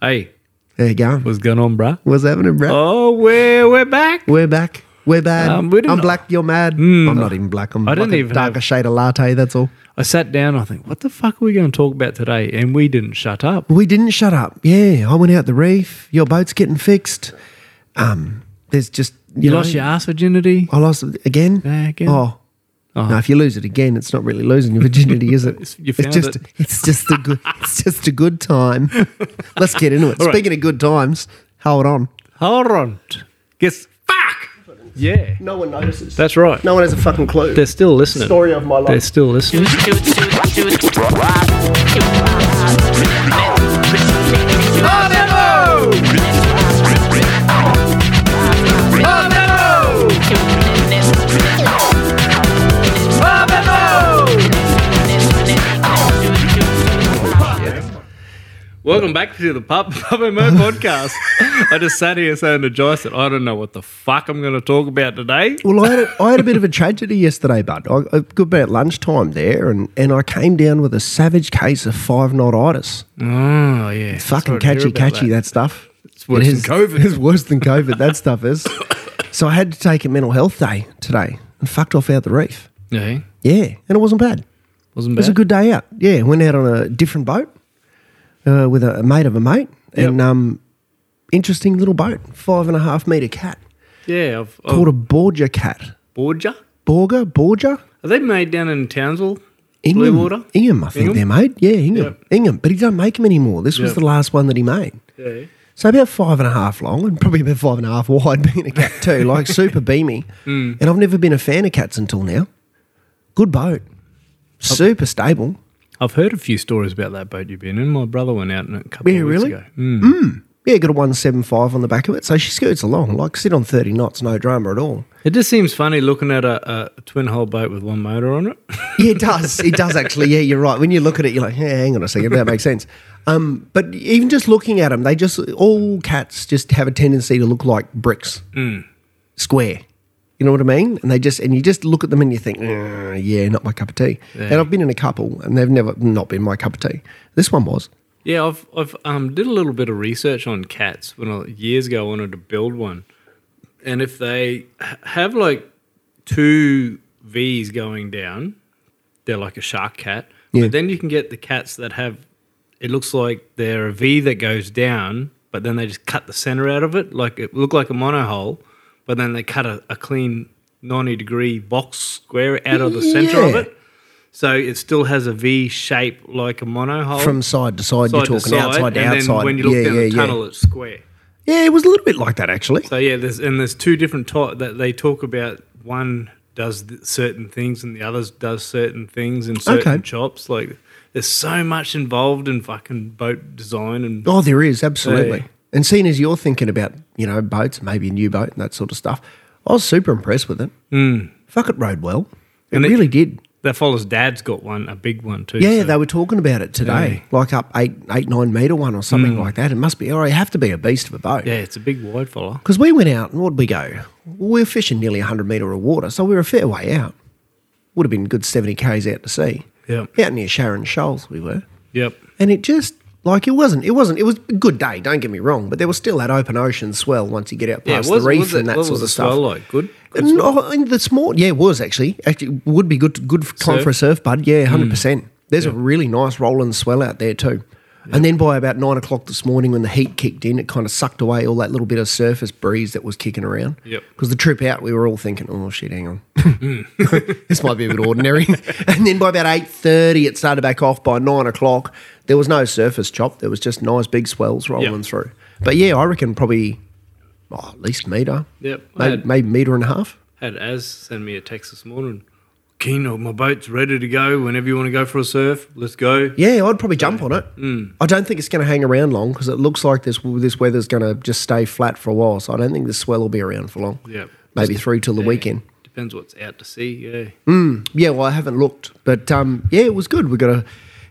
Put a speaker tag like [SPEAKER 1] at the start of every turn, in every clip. [SPEAKER 1] Hey,
[SPEAKER 2] Hey, Garen.
[SPEAKER 1] what's going on, bruh?
[SPEAKER 2] What's happening, bro?
[SPEAKER 1] Oh, we're we're back.
[SPEAKER 2] We're back. We're bad.
[SPEAKER 1] Um, we didn't- Hmm.
[SPEAKER 2] I'm black. You're mad. I'm not even black. I'm
[SPEAKER 1] I
[SPEAKER 2] like
[SPEAKER 1] didn't
[SPEAKER 2] a
[SPEAKER 1] even
[SPEAKER 2] darker
[SPEAKER 1] have-
[SPEAKER 2] shade of latte. That's all.
[SPEAKER 1] I sat down. I think, what the fuck are we going to talk about today? And we didn't shut up.
[SPEAKER 2] We didn't shut up. Yeah, I went out the reef. Your boat's getting fixed. Um, there's just
[SPEAKER 1] You
[SPEAKER 2] know,
[SPEAKER 1] lost your ass virginity.
[SPEAKER 2] I lost it again.
[SPEAKER 1] Yeah, again.
[SPEAKER 2] Oh. No, if you lose it again, it's not really losing your virginity, is it?
[SPEAKER 1] It's- you
[SPEAKER 2] it's
[SPEAKER 1] found
[SPEAKER 2] just
[SPEAKER 1] it.
[SPEAKER 2] it's just a good it's just a good time. Let's get into it.
[SPEAKER 1] All right.
[SPEAKER 2] Speaking of good times, hold on.
[SPEAKER 1] Hold on. Guess fuck. Yeah,
[SPEAKER 2] No one notices.
[SPEAKER 1] that's right.
[SPEAKER 2] no one has a fucking clue.
[SPEAKER 1] They're still listening.
[SPEAKER 2] Story of my life.
[SPEAKER 1] They're still listening. Welcome back to the Pub Pub and Mo podcast. I just sat here saying to Joyce that I don't know what the fuck I'm going to talk about today.
[SPEAKER 2] Well, I had, a, I had a bit of a tragedy yesterday, bud. I, I got about lunchtime there, and, and I came down with a savage case of five knot itis.
[SPEAKER 1] Oh yeah,
[SPEAKER 2] Fucking catchy, catchy, that, stuff. It's
[SPEAKER 1] worse than COVID.
[SPEAKER 2] It's worse than COVID, that stuff is. So I had to take a mental health day today and fucked off out the reef.
[SPEAKER 1] Yeah,
[SPEAKER 2] Yeah, and it wasn't bad. It
[SPEAKER 1] wasn't bad.
[SPEAKER 2] was a good day out. Yeah, went out on a different boat uh, with a, a mate of a mate, and
[SPEAKER 1] Yep.
[SPEAKER 2] um, interesting little boat, five and a half metre cat,
[SPEAKER 1] yeah, I've, I've
[SPEAKER 2] called a Borgia cat.
[SPEAKER 1] Borgia.
[SPEAKER 2] Borger, Borgia?
[SPEAKER 1] Are they made down in Townsville?
[SPEAKER 2] Ingham,
[SPEAKER 1] Blue Water.
[SPEAKER 2] Ingham, I think
[SPEAKER 1] Ingham?
[SPEAKER 2] they're made. Yeah, Ingham.
[SPEAKER 1] Yep.
[SPEAKER 2] Ingham. But he don't make them anymore. This was
[SPEAKER 1] Yep.
[SPEAKER 2] the last one that he made.
[SPEAKER 1] Yeah.
[SPEAKER 2] So about five and a half long and probably about five and a half wide being a cat too, like super beamy.
[SPEAKER 1] Mm.
[SPEAKER 2] And I've never been a fan of cats until now. Good boat.
[SPEAKER 1] Oh.
[SPEAKER 2] Super stable.
[SPEAKER 1] I've heard a few stories about that boat you've been in. My brother went out in it a couple
[SPEAKER 2] Yeah,
[SPEAKER 1] of weeks
[SPEAKER 2] really? Hmm.
[SPEAKER 1] ago. Mm.
[SPEAKER 2] Yeah, got a 175 on the back of it. So she skirts along, like sit on 30 knots, no drama at all.
[SPEAKER 1] It just seems funny looking at a, a twin hull boat with one motor on it.
[SPEAKER 2] Yeah, it does. It does actually. Yeah, you're right. When you look at it, you're like, yeah, hang on a second, that makes sense. Um, but even just looking at them, they just all cats just have a tendency to look like bricks,
[SPEAKER 1] Mm.
[SPEAKER 2] square. You know what I mean? And they just and you just look at them and you think, "Mm, yeah, not my cup of tea. And I've been in a couple, and they've never not been my cup of tea. This one was.
[SPEAKER 1] yeah, I've I've um, did a little bit of research on cats when I, years ago I wanted to build one, and if they h- have like two V's going down, they're like a shark cat.
[SPEAKER 2] Yeah.
[SPEAKER 1] But then you can get the cats that have it looks like they're a V that goes down, but then they just cut the center out of it, like it looked like a monohull, but then they cut a, a clean ninety degree box square out of the center of
[SPEAKER 2] Yeah.
[SPEAKER 1] it. So it still has a V shape like a monohull.
[SPEAKER 2] From side to side, you're
[SPEAKER 1] Oh. side to
[SPEAKER 2] talking outside to
[SPEAKER 1] and
[SPEAKER 2] outside.
[SPEAKER 1] Then when you look
[SPEAKER 2] yeah,
[SPEAKER 1] down
[SPEAKER 2] yeah,
[SPEAKER 1] the
[SPEAKER 2] yeah.
[SPEAKER 1] tunnel, it's square.
[SPEAKER 2] Yeah, it was a little bit like that actually.
[SPEAKER 1] So yeah, there's and there's two different types that they talk about. One does th- certain things, and the other does certain things and certain
[SPEAKER 2] Okay.
[SPEAKER 1] chops. Like there's so much involved in fucking boat design and
[SPEAKER 2] Oh, there is absolutely.
[SPEAKER 1] Yeah.
[SPEAKER 2] And seeing as you're thinking about you know boats, maybe a new boat and that sort of stuff, I was super impressed with it. Mm. Fuck it, rode well.
[SPEAKER 1] Hmm.
[SPEAKER 2] It
[SPEAKER 1] And it-
[SPEAKER 2] really did.
[SPEAKER 1] that follows. Dad's got one, a big one too.
[SPEAKER 2] Yeah,
[SPEAKER 1] so-
[SPEAKER 2] they were talking about it today, like up eight, eight, nine meter one or something like that. It must be. Or you have to be a beast of a boat.
[SPEAKER 1] Hmm. yeah, it's a big wide follower.
[SPEAKER 2] Because we went out and where'd we go? We were fishing nearly hundred meter of water, so we were a fair way out. Would have been good seventy k's out to sea.
[SPEAKER 1] Yep.
[SPEAKER 2] Out near Sharon Shoals, we were
[SPEAKER 1] Yep.
[SPEAKER 2] and it just like it wasn't it wasn't it was a good day don't get me wrong but there was still that open ocean swell once you get out
[SPEAKER 1] Yeah,
[SPEAKER 2] past
[SPEAKER 1] was-
[SPEAKER 2] the reef
[SPEAKER 1] was it-
[SPEAKER 2] and that
[SPEAKER 1] what
[SPEAKER 2] sort
[SPEAKER 1] was
[SPEAKER 2] of
[SPEAKER 1] the
[SPEAKER 2] stuff
[SPEAKER 1] swell like? Good? Good
[SPEAKER 2] and, oh, and the small yeah it was actually actually it would be good good for time
[SPEAKER 1] Surf? Hmm.
[SPEAKER 2] for a surf bud yeah 100% there's a really nice rolling swell out there too and then by about nine o'clock this morning when the heat kicked in it kind of sucked away all that little bit of surface breeze that was kicking around
[SPEAKER 1] Yep. Hmm.
[SPEAKER 2] because the trip out we were all thinking oh shit hang on this might be a bit ordinary. and then by about eight thirty, it started back off. By nine o'clock, there was no surface chop. There was just nice big swells rolling
[SPEAKER 1] Yep.
[SPEAKER 2] through. But yeah, I reckon probably oh, at least meter.
[SPEAKER 1] Yep. I
[SPEAKER 2] maybe,
[SPEAKER 1] had-
[SPEAKER 2] maybe meter and a half.
[SPEAKER 1] Had Az send me a text this morning. Keen, oh, my boat's ready to go. Whenever you want to go for a surf, let's go.
[SPEAKER 2] Yeah, I'd probably jump on it.
[SPEAKER 1] Mm.
[SPEAKER 2] I don't think it's going to hang around long because it looks like this this weather's going to just stay flat for a while. So I don't think the swell will be around for long.
[SPEAKER 1] Yep.
[SPEAKER 2] maybe through till the weekend.
[SPEAKER 1] Depends what's out to sea. Yeah.
[SPEAKER 2] Yeah, well, I haven't looked, but um, yeah, it was good. We got a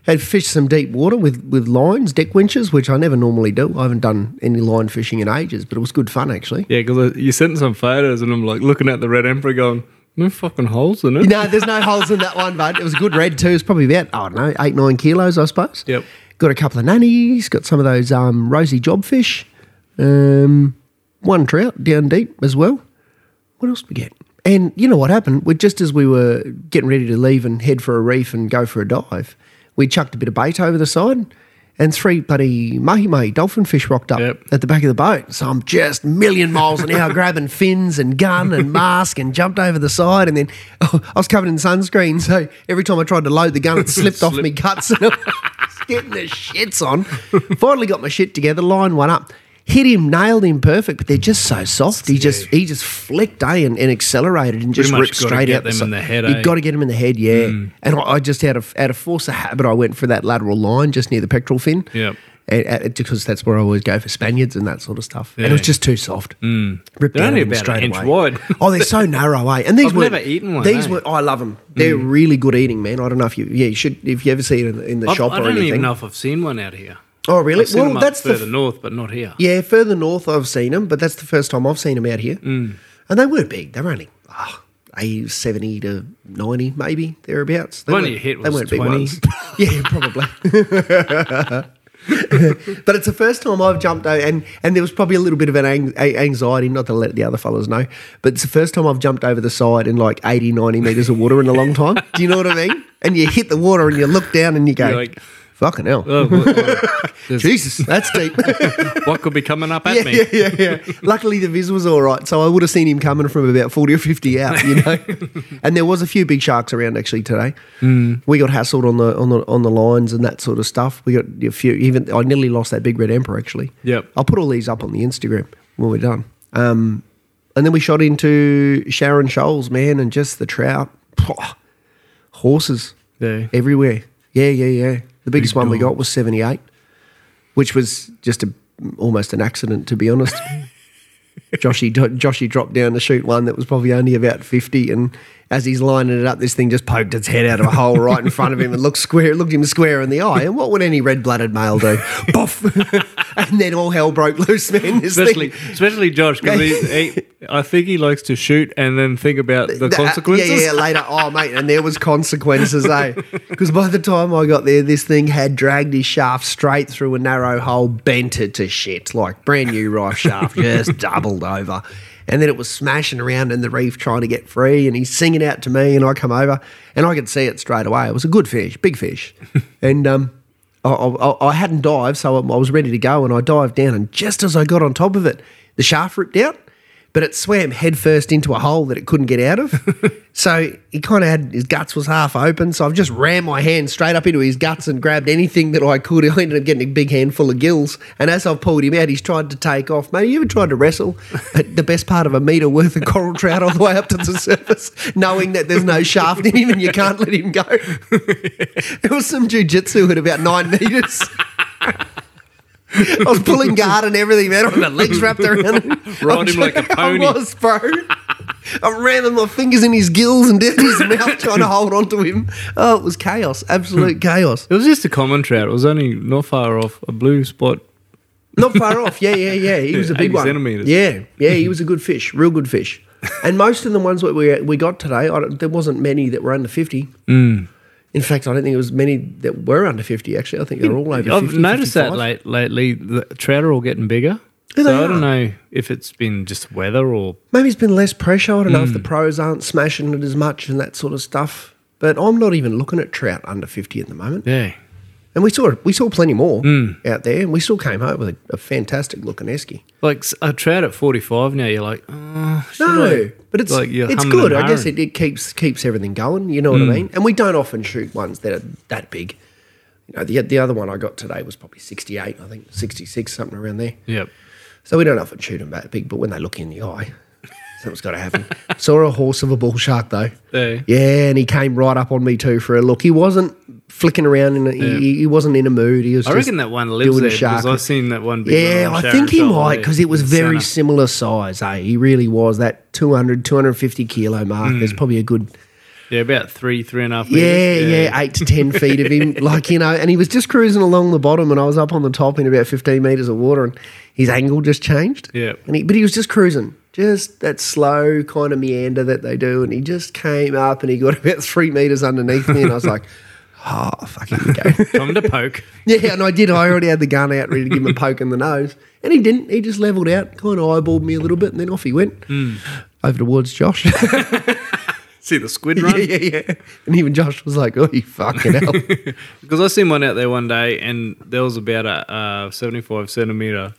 [SPEAKER 2] had fished some deep water with with lines, deck winches, which I never normally do. I haven't done any line fishing in ages, but it was good fun actually.
[SPEAKER 1] Yeah, because you sent some photos and I'm like looking at the Red Emperor going, no fucking holes in it.
[SPEAKER 2] No, there's no holes in that one, but it was good red too. It's probably about I don't know eight nine kilos, I suppose.
[SPEAKER 1] Yep.
[SPEAKER 2] Got a couple of nannies. Got some of those um, rosy jobfish. Um, one trout down deep as well. What else did we get? And you know what happened? We just as we were getting ready to leave and head for a reef and go for a dive, we chucked a bit of bait over the side, and three bloody mahi mahi dolphin fish rocked up
[SPEAKER 1] Yep.
[SPEAKER 2] at the back of the boat. So I'm just million miles an hour grabbing fins and gun and mask and jumped over the side. And then oh, I was covered in sunscreen. So every time I tried to load the gun, it slipped off me guts and I was getting the shits on. Finally got my shit together, lined one up. Hit him, nailed him perfect, but they're just so soft. He just he just flicked, eh, and, and accelerated and just
[SPEAKER 1] much
[SPEAKER 2] ripped
[SPEAKER 1] gotta
[SPEAKER 2] straight
[SPEAKER 1] get
[SPEAKER 2] out.
[SPEAKER 1] them
[SPEAKER 2] si-
[SPEAKER 1] in the head,
[SPEAKER 2] You
[SPEAKER 1] eh? Mm.
[SPEAKER 2] got to get him in the head, yeah. And I, I just out of out of force of habit, I went for that lateral line just near the pectoral fin.
[SPEAKER 1] Yep.
[SPEAKER 2] And- and- because that's where I always go for Spaniards and that sort of stuff. And it was
[SPEAKER 1] Yeah.
[SPEAKER 2] just too soft. Mm. Ripped
[SPEAKER 1] They're
[SPEAKER 2] out
[SPEAKER 1] only
[SPEAKER 2] of them
[SPEAKER 1] about an
[SPEAKER 2] straight
[SPEAKER 1] inch
[SPEAKER 2] away.
[SPEAKER 1] wide.
[SPEAKER 2] oh, they're so narrow, eh? And these
[SPEAKER 1] I've
[SPEAKER 2] were
[SPEAKER 1] never eaten one,
[SPEAKER 2] These
[SPEAKER 1] eh? Mm.
[SPEAKER 2] were I love them. They're really good eating, man. I don't know if you yeah you should if you ever see it in the, in the
[SPEAKER 1] I've-
[SPEAKER 2] shop
[SPEAKER 1] I
[SPEAKER 2] or
[SPEAKER 1] don't
[SPEAKER 2] anything.
[SPEAKER 1] even know if I've seen one out here.
[SPEAKER 2] Oh, really?
[SPEAKER 1] I've seen
[SPEAKER 2] Well,
[SPEAKER 1] them up
[SPEAKER 2] that's the
[SPEAKER 1] further north, but not here.
[SPEAKER 2] yeah, further north I've seen them, but that's the first time I've seen them out here. Mm. And they weren't big. They were only oh, a seventy to ninety, maybe thereabouts. They
[SPEAKER 1] The one
[SPEAKER 2] weren't-
[SPEAKER 1] you hit
[SPEAKER 2] they
[SPEAKER 1] was
[SPEAKER 2] weren't big
[SPEAKER 1] 20.
[SPEAKER 2] ones. yeah, probably. but it's the first time I've jumped over, and and there was probably a little bit of an ang- a- anxiety, not to let the other fellas know, but it's the first time I've jumped over the side in like 80, 90 meters of water in a long time. Do you know what I mean? And you hit the water, and you look down, and you go,
[SPEAKER 1] You're like-
[SPEAKER 2] "Fucking hell,
[SPEAKER 1] Oh, well, well, there's-
[SPEAKER 2] Jesus, that's deep."
[SPEAKER 1] what could be coming up at
[SPEAKER 2] yeah,
[SPEAKER 1] me?
[SPEAKER 2] yeah, yeah, yeah. Luckily, the viz was all right, so I would have seen him coming from about forty or fifty out, you know. and there was a few big sharks around actually today.
[SPEAKER 1] Mm.
[SPEAKER 2] We got hassled on the on the on the lines and that sort of stuff. We got a few. Even I nearly lost that big red emperor actually.
[SPEAKER 1] Yep.
[SPEAKER 2] I'll put all these up on the Instagram when we're done. Um, and then we shot into Sharon Shoals, man, and just the trout, Pwah. horses
[SPEAKER 1] Yeah.
[SPEAKER 2] everywhere. Yeah, yeah, yeah. The biggest
[SPEAKER 1] Big
[SPEAKER 2] one we
[SPEAKER 1] dog.
[SPEAKER 2] got was seventy eight, which was just a almost an accident to be honest. Joshy do- Joshy dropped down to shoot one that was probably only about fifty, and as he's lining it up, this thing just poked its head out of a hole right in front of him and looked square, looked him square in the eye. And what would any red blooded male do? Boff, and then all hell broke loose, man. This
[SPEAKER 1] Especially,
[SPEAKER 2] thing.
[SPEAKER 1] especially Josh, because he, he, I think he likes to shoot and then think about the
[SPEAKER 2] Uh,
[SPEAKER 1] consequences.
[SPEAKER 2] Yeah, yeah, later. Oh, mate, and there was consequences, eh? Because by the time I got there, this thing had dragged his shaft straight through a narrow hole, bent it to shit, like brand new rife shaft, just doubled over. And then it was smashing around in the reef trying to get free, and he's singing out to me, and I come over, and I could see it straight away. It was a good fish, big fish, and um. I, I, I hadn't dived, so I I was ready to go, and I dived down. And just as I got on top of it, the shaft ripped out, but it swam headfirst into a hole that it couldn't get out of. so he kind of had his guts was half open. So I've just rammed my hand straight up into his guts and grabbed anything that I could. I ended up getting a big handful of gills. And as I've pulled him out, he's tried to take off. Mate, you ever tried to wrestle at the best part of a metre worth of coral trout all the way up to the surface, knowing that there's no shaft in him and you can't let him go? It was some jujitsu at about nine meters. I was pulling guard and everything, man. I've got legs wrapped around him.
[SPEAKER 1] Ride him like a pony.
[SPEAKER 2] I was, bro. I'm ramming my fingers in his gills and down his mouth trying to hold on to him. Oh, it was chaos. Absolute chaos.
[SPEAKER 1] It was just a common trout. It was only not far off a blue spot.
[SPEAKER 2] Not far off. Yeah, yeah, yeah. He was a big
[SPEAKER 1] 80
[SPEAKER 2] one.
[SPEAKER 1] centimetres.
[SPEAKER 2] Yeah, yeah. He was a good fish. Real good fish. And most of the ones that we, we got today, I don't, there wasn't many that were under 50.
[SPEAKER 1] Mm.
[SPEAKER 2] In fact, I don't think it was many that were under 50, actually. I think they were all over 50.
[SPEAKER 1] I've noticed
[SPEAKER 2] 55.
[SPEAKER 1] that late, lately. The trout are all getting bigger.
[SPEAKER 2] Yeah,
[SPEAKER 1] so
[SPEAKER 2] they
[SPEAKER 1] I don't
[SPEAKER 2] are.
[SPEAKER 1] know if it's been just weather or
[SPEAKER 2] Maybe it's been less pressure. I don't know if the
[SPEAKER 1] Mm.
[SPEAKER 2] pros aren't smashing it as much and that sort of stuff. But I'm not even looking at trout under 50 at the moment.
[SPEAKER 1] yeah.
[SPEAKER 2] And we saw we saw plenty more
[SPEAKER 1] Hmm.
[SPEAKER 2] out there, and we still came home with a, a fantastic looking esky.
[SPEAKER 1] Like s- a trout at forty five now, you're like, oh, should
[SPEAKER 2] No,
[SPEAKER 1] I?"
[SPEAKER 2] but it's
[SPEAKER 1] Like, you're
[SPEAKER 2] it's
[SPEAKER 1] humming
[SPEAKER 2] good.
[SPEAKER 1] and Hmm.
[SPEAKER 2] I guess
[SPEAKER 1] hawing.
[SPEAKER 2] it, it keeps keeps everything going. You know what I mean? And we don't often shoot ones that are that big. You know, the the other one I got today was probably 68, I think 66, something around there.
[SPEAKER 1] Yep.
[SPEAKER 2] So we don't often shoot them that big, but when they look you in the eye, something's got to happen. Saw a horse of a bull shark though.
[SPEAKER 1] Yeah.
[SPEAKER 2] Yeah, and he came right up on me too for a look. He wasn't flicking around, in a,
[SPEAKER 1] Yeah.
[SPEAKER 2] he, he wasn't in a mood. He was.
[SPEAKER 1] I
[SPEAKER 2] just
[SPEAKER 1] reckon that one lives
[SPEAKER 2] doing
[SPEAKER 1] there
[SPEAKER 2] a shark.
[SPEAKER 1] because I've seen that one. Big
[SPEAKER 2] yeah,
[SPEAKER 1] one on
[SPEAKER 2] I
[SPEAKER 1] Sharon
[SPEAKER 2] think he
[SPEAKER 1] Shoal
[SPEAKER 2] might
[SPEAKER 1] there
[SPEAKER 2] because it was
[SPEAKER 1] in
[SPEAKER 2] very
[SPEAKER 1] Santa.
[SPEAKER 2] similar size. Eh? He really was that 200, 250 kilo mark.
[SPEAKER 1] Mm.
[SPEAKER 2] There's probably a good
[SPEAKER 1] yeah about three three and a half.
[SPEAKER 2] yeah,
[SPEAKER 1] meters.
[SPEAKER 2] yeah, eight to ten feet of him, like you know, and he was just cruising along the bottom, and I was up on the top in about fifteen meters of water, and his angle just changed.
[SPEAKER 1] Yeah.
[SPEAKER 2] and he, but he was just cruising, just that slow kind of meander that they do, and he just came up and he got about three meters underneath me, and I was like, Oh, fuck, here we go.
[SPEAKER 1] Time to poke.
[SPEAKER 2] Yeah, and I did. I already had the gun out, ready to give him a poke in the nose, and he didn't. He just levelled out, kind of eyeballed me a little bit, and then off he went
[SPEAKER 1] Hmm.
[SPEAKER 2] over towards Josh. yeah,
[SPEAKER 1] See the squid run?
[SPEAKER 2] yeah, yeah. And even Josh was like, "Oh, you fucking hell!"
[SPEAKER 1] Because I seen one out there one day, and there was about a uh, 75 centimeter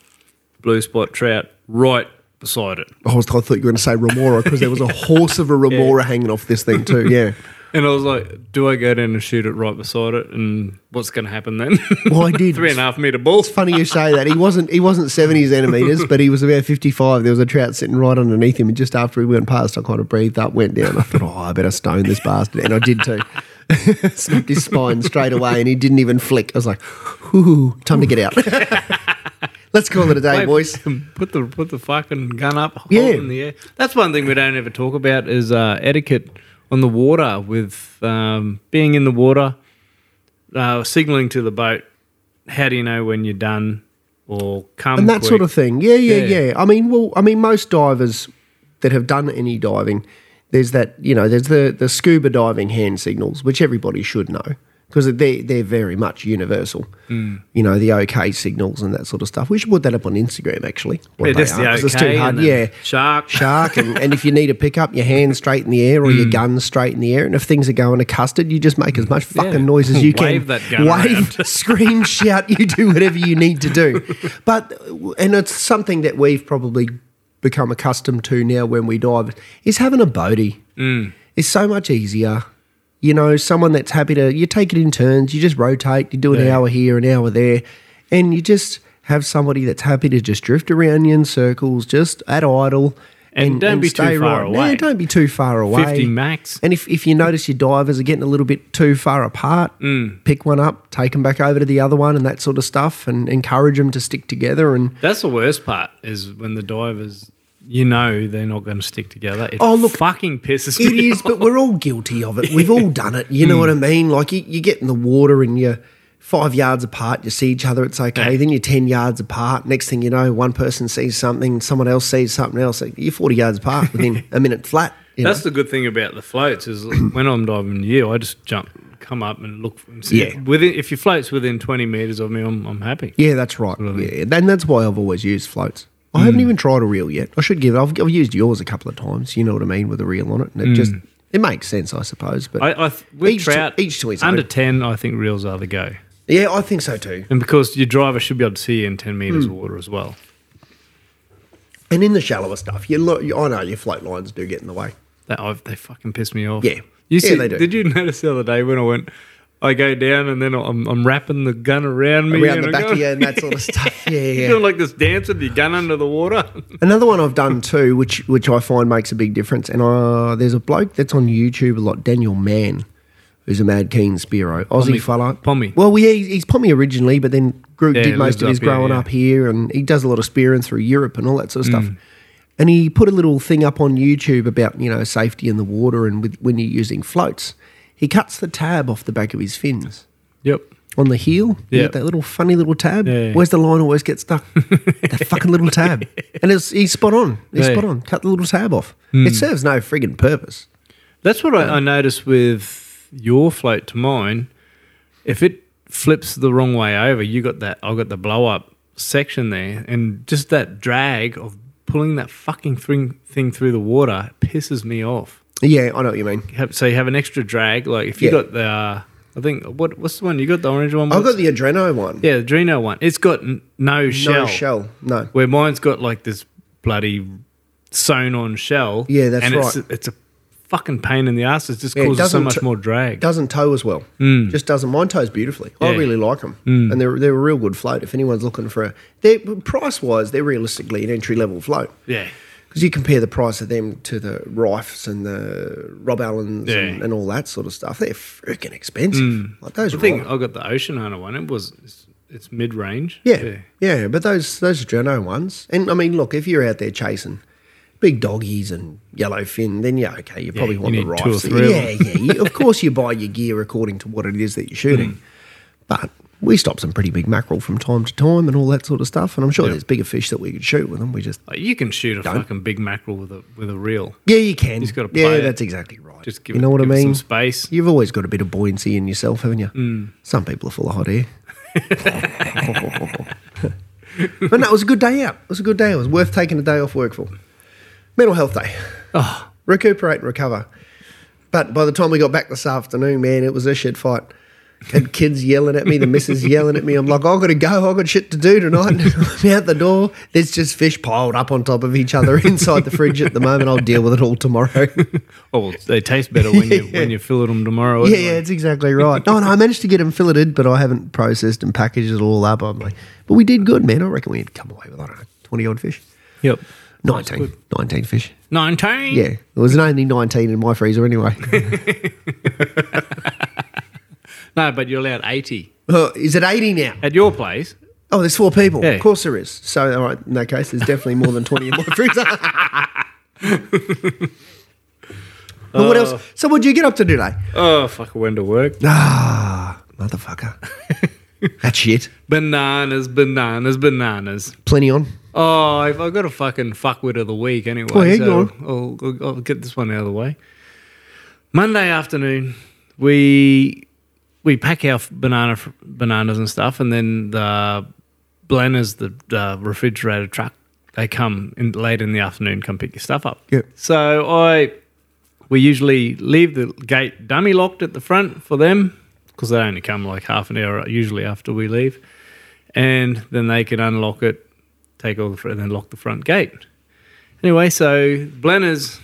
[SPEAKER 1] blue spot trout right beside it.
[SPEAKER 2] I was. I thought you were going to say remora because there was a horse of a remora hanging off this thing too. Yeah.
[SPEAKER 1] And I was like, do I go down and shoot it right beside it? And what's going to happen then?
[SPEAKER 2] Well, I did.
[SPEAKER 1] Three and a half meter ball.
[SPEAKER 2] It's funny you say that. He wasn't. He wasn't seventy centimeters, but he was about fifty-five. There was a trout sitting right underneath him, and just after he went past, I kind of breathed up, went down. I thought, oh, I better stone this bastard, and I did too. Snapped his spine straight away, and he didn't even flick. I was like, "Ooh, time to get out." Let's call it a day,
[SPEAKER 1] Mate,
[SPEAKER 2] boys.
[SPEAKER 1] Put the put the fucking gun up, hold
[SPEAKER 2] Yeah.
[SPEAKER 1] it in the air. That's one thing we don't ever talk about is uh, etiquette on the water with um, being in the water, uh, signaling to the boat. How do you know when you're done or come?
[SPEAKER 2] and that
[SPEAKER 1] quick?
[SPEAKER 2] sort of thing. Yeah, yeah,
[SPEAKER 1] Yeah.
[SPEAKER 2] yeah, I mean, well, I mean, most divers that have done any diving, there's that you know, there's the the scuba diving hand signals, which everybody should know because they they're very much universal.
[SPEAKER 1] Hmm.
[SPEAKER 2] You know, the OK signals and that sort of stuff. We should put that up on Instagram actually. what
[SPEAKER 1] Yeah,
[SPEAKER 2] they
[SPEAKER 1] just the
[SPEAKER 2] are, 'cause it's too
[SPEAKER 1] okay
[SPEAKER 2] hard.
[SPEAKER 1] and the
[SPEAKER 2] Yeah.
[SPEAKER 1] Shark.
[SPEAKER 2] Shark, and, and if you need to pick up your hand straight in the air or
[SPEAKER 1] Hmm.
[SPEAKER 2] your gun straight in the air, and if things are going to custard, you just make as much fucking
[SPEAKER 1] Yeah.
[SPEAKER 2] noise as you can.
[SPEAKER 1] Wave that gun
[SPEAKER 2] Wave, scream, shout, you do whatever you need to do. But, and it's something that we've probably become accustomed to now when we dive, is having a boatie.
[SPEAKER 1] Mm.
[SPEAKER 2] It's so much easier. You know, someone that's happy to, you take it in turns, you just rotate, you do an
[SPEAKER 1] Yeah.
[SPEAKER 2] hour here, an hour there, and you just have somebody that's happy to just drift around you in circles, just at idle.
[SPEAKER 1] And don't be too
[SPEAKER 2] stay
[SPEAKER 1] far
[SPEAKER 2] right- no,
[SPEAKER 1] away.
[SPEAKER 2] don't be too far away.
[SPEAKER 1] 50 max.
[SPEAKER 2] And if, if you notice your divers are getting a little bit too far apart, pick one up, take them back over to the other one, and that sort of stuff, and encourage them to stick together. And
[SPEAKER 1] That's the worst part is when the divers, you know, they're not going to stick together. It
[SPEAKER 2] Oh, look,
[SPEAKER 1] fucking pisses
[SPEAKER 2] it
[SPEAKER 1] me
[SPEAKER 2] is, but we're all guilty of it. We've all done it. You know what I mean? Like you, you get in the water and you're five yards apart, you see each other, it's okay. Then you're 10 yards apart. Next thing you know, one person sees something, someone else sees something else. Like, You're 40 yards apart within a minute flat. You know?
[SPEAKER 1] That's the good thing about the floats is when I'm diving with you, I just jump, come up and look. And see
[SPEAKER 2] Yeah.
[SPEAKER 1] Within, if your float's within 20 meters of me, I'm, I'm happy.
[SPEAKER 2] Yeah, that's right. Yeah, and that's why I've always used floats. I
[SPEAKER 1] Hmm.
[SPEAKER 2] haven't even tried a reel yet. I should give it. I've, I've used yours a couple of times. You know what I mean with a reel on it, and it just it makes sense, I suppose. But
[SPEAKER 1] Hmm. I, I th- with
[SPEAKER 2] Each to-
[SPEAKER 1] trout,
[SPEAKER 2] each to his
[SPEAKER 1] under
[SPEAKER 2] own.
[SPEAKER 1] 10, I think reels are the go.
[SPEAKER 2] yeah, I think so too.
[SPEAKER 1] And because your driver should be able to see you in 10 meters
[SPEAKER 2] Hmm.
[SPEAKER 1] of water as well.
[SPEAKER 2] And in the shallower stuff, you look. I know your float lines do get in the way.
[SPEAKER 1] That i they fucking piss me off.
[SPEAKER 2] Yeah.
[SPEAKER 1] you
[SPEAKER 2] Yeah,
[SPEAKER 1] see,
[SPEAKER 2] they do.
[SPEAKER 1] Did you notice the other day when I went, I go down and then I'm, I'm wrapping the gun around me
[SPEAKER 2] Around
[SPEAKER 1] and
[SPEAKER 2] the
[SPEAKER 1] I
[SPEAKER 2] back
[SPEAKER 1] go-
[SPEAKER 2] of you and that sort of stuff. Yeah, yeah.
[SPEAKER 1] You're doing like this dance with your gun under the water.
[SPEAKER 2] Another one I've done too, which which I find makes a big difference. And uh, there's a bloke that's on YouTube a lot, Daniel Mann, who's a mad keen Spiro, Aussie
[SPEAKER 1] Pommy.
[SPEAKER 2] fella.
[SPEAKER 1] Pommy.
[SPEAKER 2] Well, yeah, he's, he's Pommy originally, but then grew,
[SPEAKER 1] Yeah,
[SPEAKER 2] did most
[SPEAKER 1] lived
[SPEAKER 2] of his
[SPEAKER 1] up here,
[SPEAKER 2] growing
[SPEAKER 1] yeah. Mm.
[SPEAKER 2] up here, and he does a lot of spearing through Europe and all that sort of stuff. And he put a little thing up on YouTube about you know safety in the water and with, when you're using floats. He cuts the tab off the back of his fins
[SPEAKER 1] Yep.
[SPEAKER 2] on the heel. you
[SPEAKER 1] Yeah.
[SPEAKER 2] get that little funny little tab.
[SPEAKER 1] Yeah, yeah.
[SPEAKER 2] Where's the line always gets stuck? that fucking little tab. And it's, he's spot on. He's
[SPEAKER 1] Yeah. Hmm.
[SPEAKER 2] spot on. Cut the little tab off. It serves no friggin' purpose.
[SPEAKER 1] That's what I, I noticed with your float to mine. If it flips the wrong way over, you got that. I got the blow up section there, and just that drag of pulling that fucking thing thing through the water pisses me off.
[SPEAKER 2] Yeah, I know what you mean.
[SPEAKER 1] Have, so you have an extra drag. Like if you
[SPEAKER 2] Yeah.
[SPEAKER 1] got the, uh, I think what what's the one you got the orange one?
[SPEAKER 2] I've
[SPEAKER 1] What's-
[SPEAKER 2] got the Adreno one.
[SPEAKER 1] yeah, the Drino one. It's got n- no shell.
[SPEAKER 2] No shell. No.
[SPEAKER 1] Where mine's got like this bloody sewn on shell.
[SPEAKER 2] Yeah, that's
[SPEAKER 1] and
[SPEAKER 2] right.
[SPEAKER 1] It's, it's a fucking pain in the ass. It just
[SPEAKER 2] it
[SPEAKER 1] causes so
[SPEAKER 2] doesn't
[SPEAKER 1] much
[SPEAKER 2] t-
[SPEAKER 1] more drag.
[SPEAKER 2] Doesn't tow as well. Just doesn't. Mine tows beautifully.
[SPEAKER 1] Hmm.
[SPEAKER 2] I
[SPEAKER 1] Yeah. Hmm.
[SPEAKER 2] really like them, and they're they're a real good float. If anyone's looking for a, they're price wise, they're realistically an entry level float.
[SPEAKER 1] yeah.
[SPEAKER 2] Because you compare the price of them to the Rifes and the Rob Allens and,
[SPEAKER 1] Yeah. Mm.
[SPEAKER 2] and all that sort of stuff, they're freaking expensive. Like those
[SPEAKER 1] I think
[SPEAKER 2] Rob-
[SPEAKER 1] I got the Ocean Hunter one. It was it's, it's mid range.
[SPEAKER 2] Yeah, yeah, But those those Adreno ones, and I mean, look, if you're out there chasing big doggies and yellowfin, then yeah, okay, you probably
[SPEAKER 1] you
[SPEAKER 2] want the
[SPEAKER 1] need two or
[SPEAKER 2] rifles.
[SPEAKER 1] three of Mm.
[SPEAKER 2] Yeah, yeah. You, of course, you buy your gear according to what it is that you're shooting, but we stop some pretty big mackerel from time to time and all that sort of stuff. And I'm sure there's bigger fish that we could shoot with them. We just
[SPEAKER 1] Like, you can shoot a fucking big mackerel with a with a reel.
[SPEAKER 2] yeah, you can.
[SPEAKER 1] just gotta
[SPEAKER 2] yeah,
[SPEAKER 1] play it.
[SPEAKER 2] that's exactly right.
[SPEAKER 1] Just give
[SPEAKER 2] you
[SPEAKER 1] it-
[SPEAKER 2] know what I
[SPEAKER 1] give it some
[SPEAKER 2] mean.
[SPEAKER 1] space.
[SPEAKER 2] You've always got a bit of buoyancy in yourself, haven't you? Mm. Some people are full of hot air. but no, it was a good day out. It was a good day. It was worth taking a day off work for. Mental health day.
[SPEAKER 1] Oh,
[SPEAKER 2] recuperate and recover. But by the time we got back this afternoon, man, it was a shit fight. Had kids yelling at me, the missus yelling at me. I'm like, I've got to go. I've got shit to do tonight. I'm out the door. There's just fish piled up on top of each other inside the fridge at the moment. I'll deal with it all tomorrow.
[SPEAKER 1] oh well, they taste better when you when you fillet them tomorrow.
[SPEAKER 2] Yeah,
[SPEAKER 1] anyway.
[SPEAKER 2] yeah, it's exactly right. No, no, I managed to get them filleted, but I haven't processed and packaged it all up. I'm like, but we did good, man. I reckon we'd come away with, I don't know, 20 odd fish.
[SPEAKER 1] Yep.
[SPEAKER 2] 19. 19 fish.
[SPEAKER 1] Nineteen.
[SPEAKER 2] Yeah, there was only 19 in my freezer anyway.
[SPEAKER 1] No, but you're allowed eighty
[SPEAKER 2] Uh, is it 80 now?
[SPEAKER 1] at your place.
[SPEAKER 2] Oh, there's four people.
[SPEAKER 1] Yeah.
[SPEAKER 2] Of course there is. So, all right, in that case, there's definitely more than 20 in my freezer. but what
[SPEAKER 1] Uh.
[SPEAKER 2] else? So, what did you get up to today?
[SPEAKER 1] Oh fuck! I went to work.
[SPEAKER 2] Ah, motherfucker. that shit.
[SPEAKER 1] Bananas, bananas, bananas.
[SPEAKER 2] Plenty on.
[SPEAKER 1] Oh, I've, I've got a fucking fuckwit of the week anyway.
[SPEAKER 2] Oh, yeah,
[SPEAKER 1] so I'll, I'll, I'll get this one out of the way. Monday afternoon, we we pack our f- banana f- bananas and stuff, and then the blenders, the, the refrigerator truck, they come in late in the afternoon, come pick your stuff up.
[SPEAKER 2] Yep.
[SPEAKER 1] So I we usually leave the gate dummy locked at the front for them because they only come like half an hour usually after we leave, and then they can unlock it, take all the fr- and then lock the front gate. Anyway, so Blenner's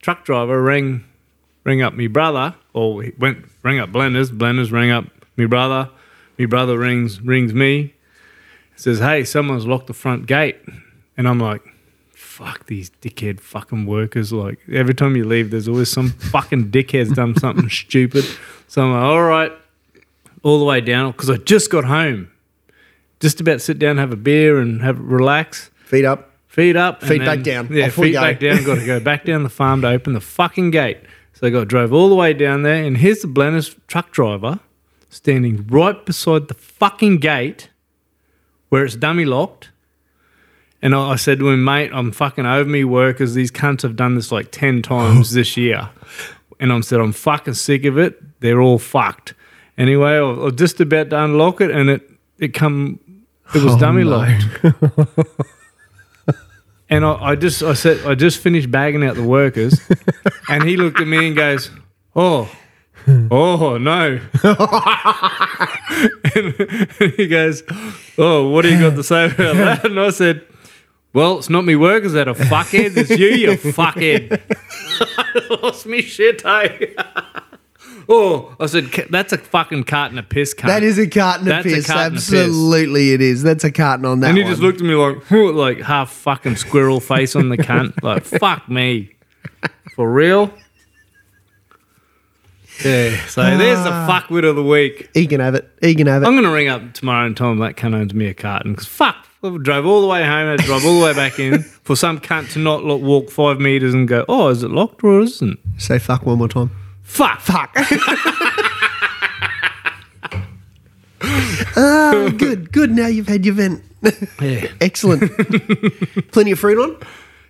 [SPEAKER 1] truck driver rang rang up me brother, or he went rang up Blenner's. Blenner's rang up me brother. Me brother rings rings me, says, "Hey, someone's locked the front gate," and I'm like. Fuck these dickhead fucking workers! Like every time you leave, there's always some fucking dickhead's done something stupid. So I'm like, all right, all the way down because I just got home, just about to sit down, have a beer, and have relax.
[SPEAKER 2] Feet up.
[SPEAKER 1] Feet up. and
[SPEAKER 2] Feet back down.
[SPEAKER 1] Yeah,
[SPEAKER 2] Off we
[SPEAKER 1] feet
[SPEAKER 2] go.
[SPEAKER 1] back down. Got to go back down the farm to open the fucking gate. So I got drove all the way down there, and here's the Blenner's truck driver standing right beside the fucking gate where it's dummy locked. And I I said to him, mate, I'm fucking over me workers. These cunts have done this like 10 times this year. And I said, I'm fucking sick of it. They're all fucked. Anyway, I was just about to unlock it and it, it come, it
[SPEAKER 2] Oh
[SPEAKER 1] was dummy locked. And I, I just I said I just finished bagging out the workers, and he looked at me and goes, "Oh, oh no," and he goes, "Oh, what do you got to say about that?" And I said, "Well, it's not me workers that are fuckheads. It's you, you fuckhead." I lost me shit. Hey. Oh, I said "Ca- that's a fucking carton of piss. Cunt.
[SPEAKER 2] That is a carton of
[SPEAKER 1] That's a
[SPEAKER 2] piss.
[SPEAKER 1] carton of piss.
[SPEAKER 2] Absolutely, it is. That's a carton on that.
[SPEAKER 1] And he just
[SPEAKER 2] one.
[SPEAKER 1] looked at me like, "Huh," like half fucking squirrel face on the cunt. Like, fuck me. For real? Yeah. So there's the fuckwit of the week.
[SPEAKER 2] He can have it. He can have it.
[SPEAKER 1] I'm going to ring up tomorrow and tell him that cunt owns me a carton. Because fuck, I drove all the way home, I drove all the way back in for some cunt to not look, walk five metres and go, oh, is it locked or isn't?
[SPEAKER 2] Say fuck one more time.
[SPEAKER 1] Fuck.
[SPEAKER 2] Fuck. oh, good. Good. Now you've had your vent.
[SPEAKER 1] Yeah.
[SPEAKER 2] Excellent. Plenty of fruit on.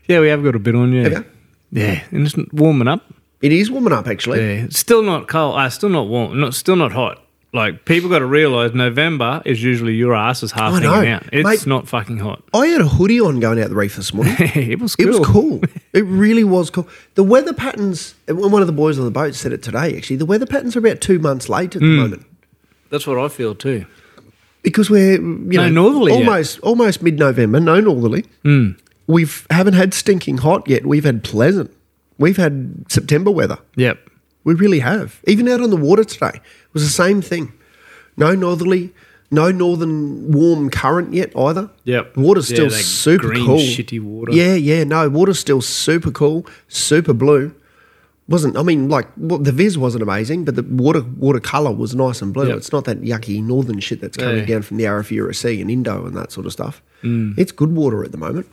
[SPEAKER 1] Yeah, we have got a bit on, yeah.
[SPEAKER 2] Have
[SPEAKER 1] Yeah. And it's warming up.
[SPEAKER 2] It is warming up, actually.
[SPEAKER 1] Yeah, it's still not cold. Uh, still not warm. Not still not hot. Like people got to realize November is usually your ass is half
[SPEAKER 2] I know.
[SPEAKER 1] hanging out. It's
[SPEAKER 2] Mate-
[SPEAKER 1] not fucking hot.
[SPEAKER 2] I had a hoodie on going out the reef this morning.
[SPEAKER 1] it was cool.
[SPEAKER 2] It was cool. It really was cool. The weather patterns, and one of the boys on the boat said it today, actually, the weather patterns are about two months late at
[SPEAKER 1] Hmm.
[SPEAKER 2] the moment.
[SPEAKER 1] That's what I feel too.
[SPEAKER 2] Because we're, you
[SPEAKER 1] No
[SPEAKER 2] know,
[SPEAKER 1] northerly yet. Hmm.
[SPEAKER 2] almost, almost mid November, no northerly. We haven't had stinking hot yet. We've had pleasant. We've had September weather.
[SPEAKER 1] Yep.
[SPEAKER 2] We really have. Even out on the water today, it was the same thing. No northerly, no northern warm current yet either.
[SPEAKER 1] Yep.
[SPEAKER 2] Water's
[SPEAKER 1] Yeah,
[SPEAKER 2] still
[SPEAKER 1] that
[SPEAKER 2] super
[SPEAKER 1] green,
[SPEAKER 2] cool.
[SPEAKER 1] shitty water.
[SPEAKER 2] Yeah, yeah. No, water's still super cool, super blue. Wasn't I mean like well, the viz wasn't amazing, but the water water color was nice and blue.
[SPEAKER 1] Yep.
[SPEAKER 2] It's not that yucky northern shit that's coming
[SPEAKER 1] Yeah. Mm.
[SPEAKER 2] down from the Arafura Sea and Indo and that sort of stuff. It's good water at the moment.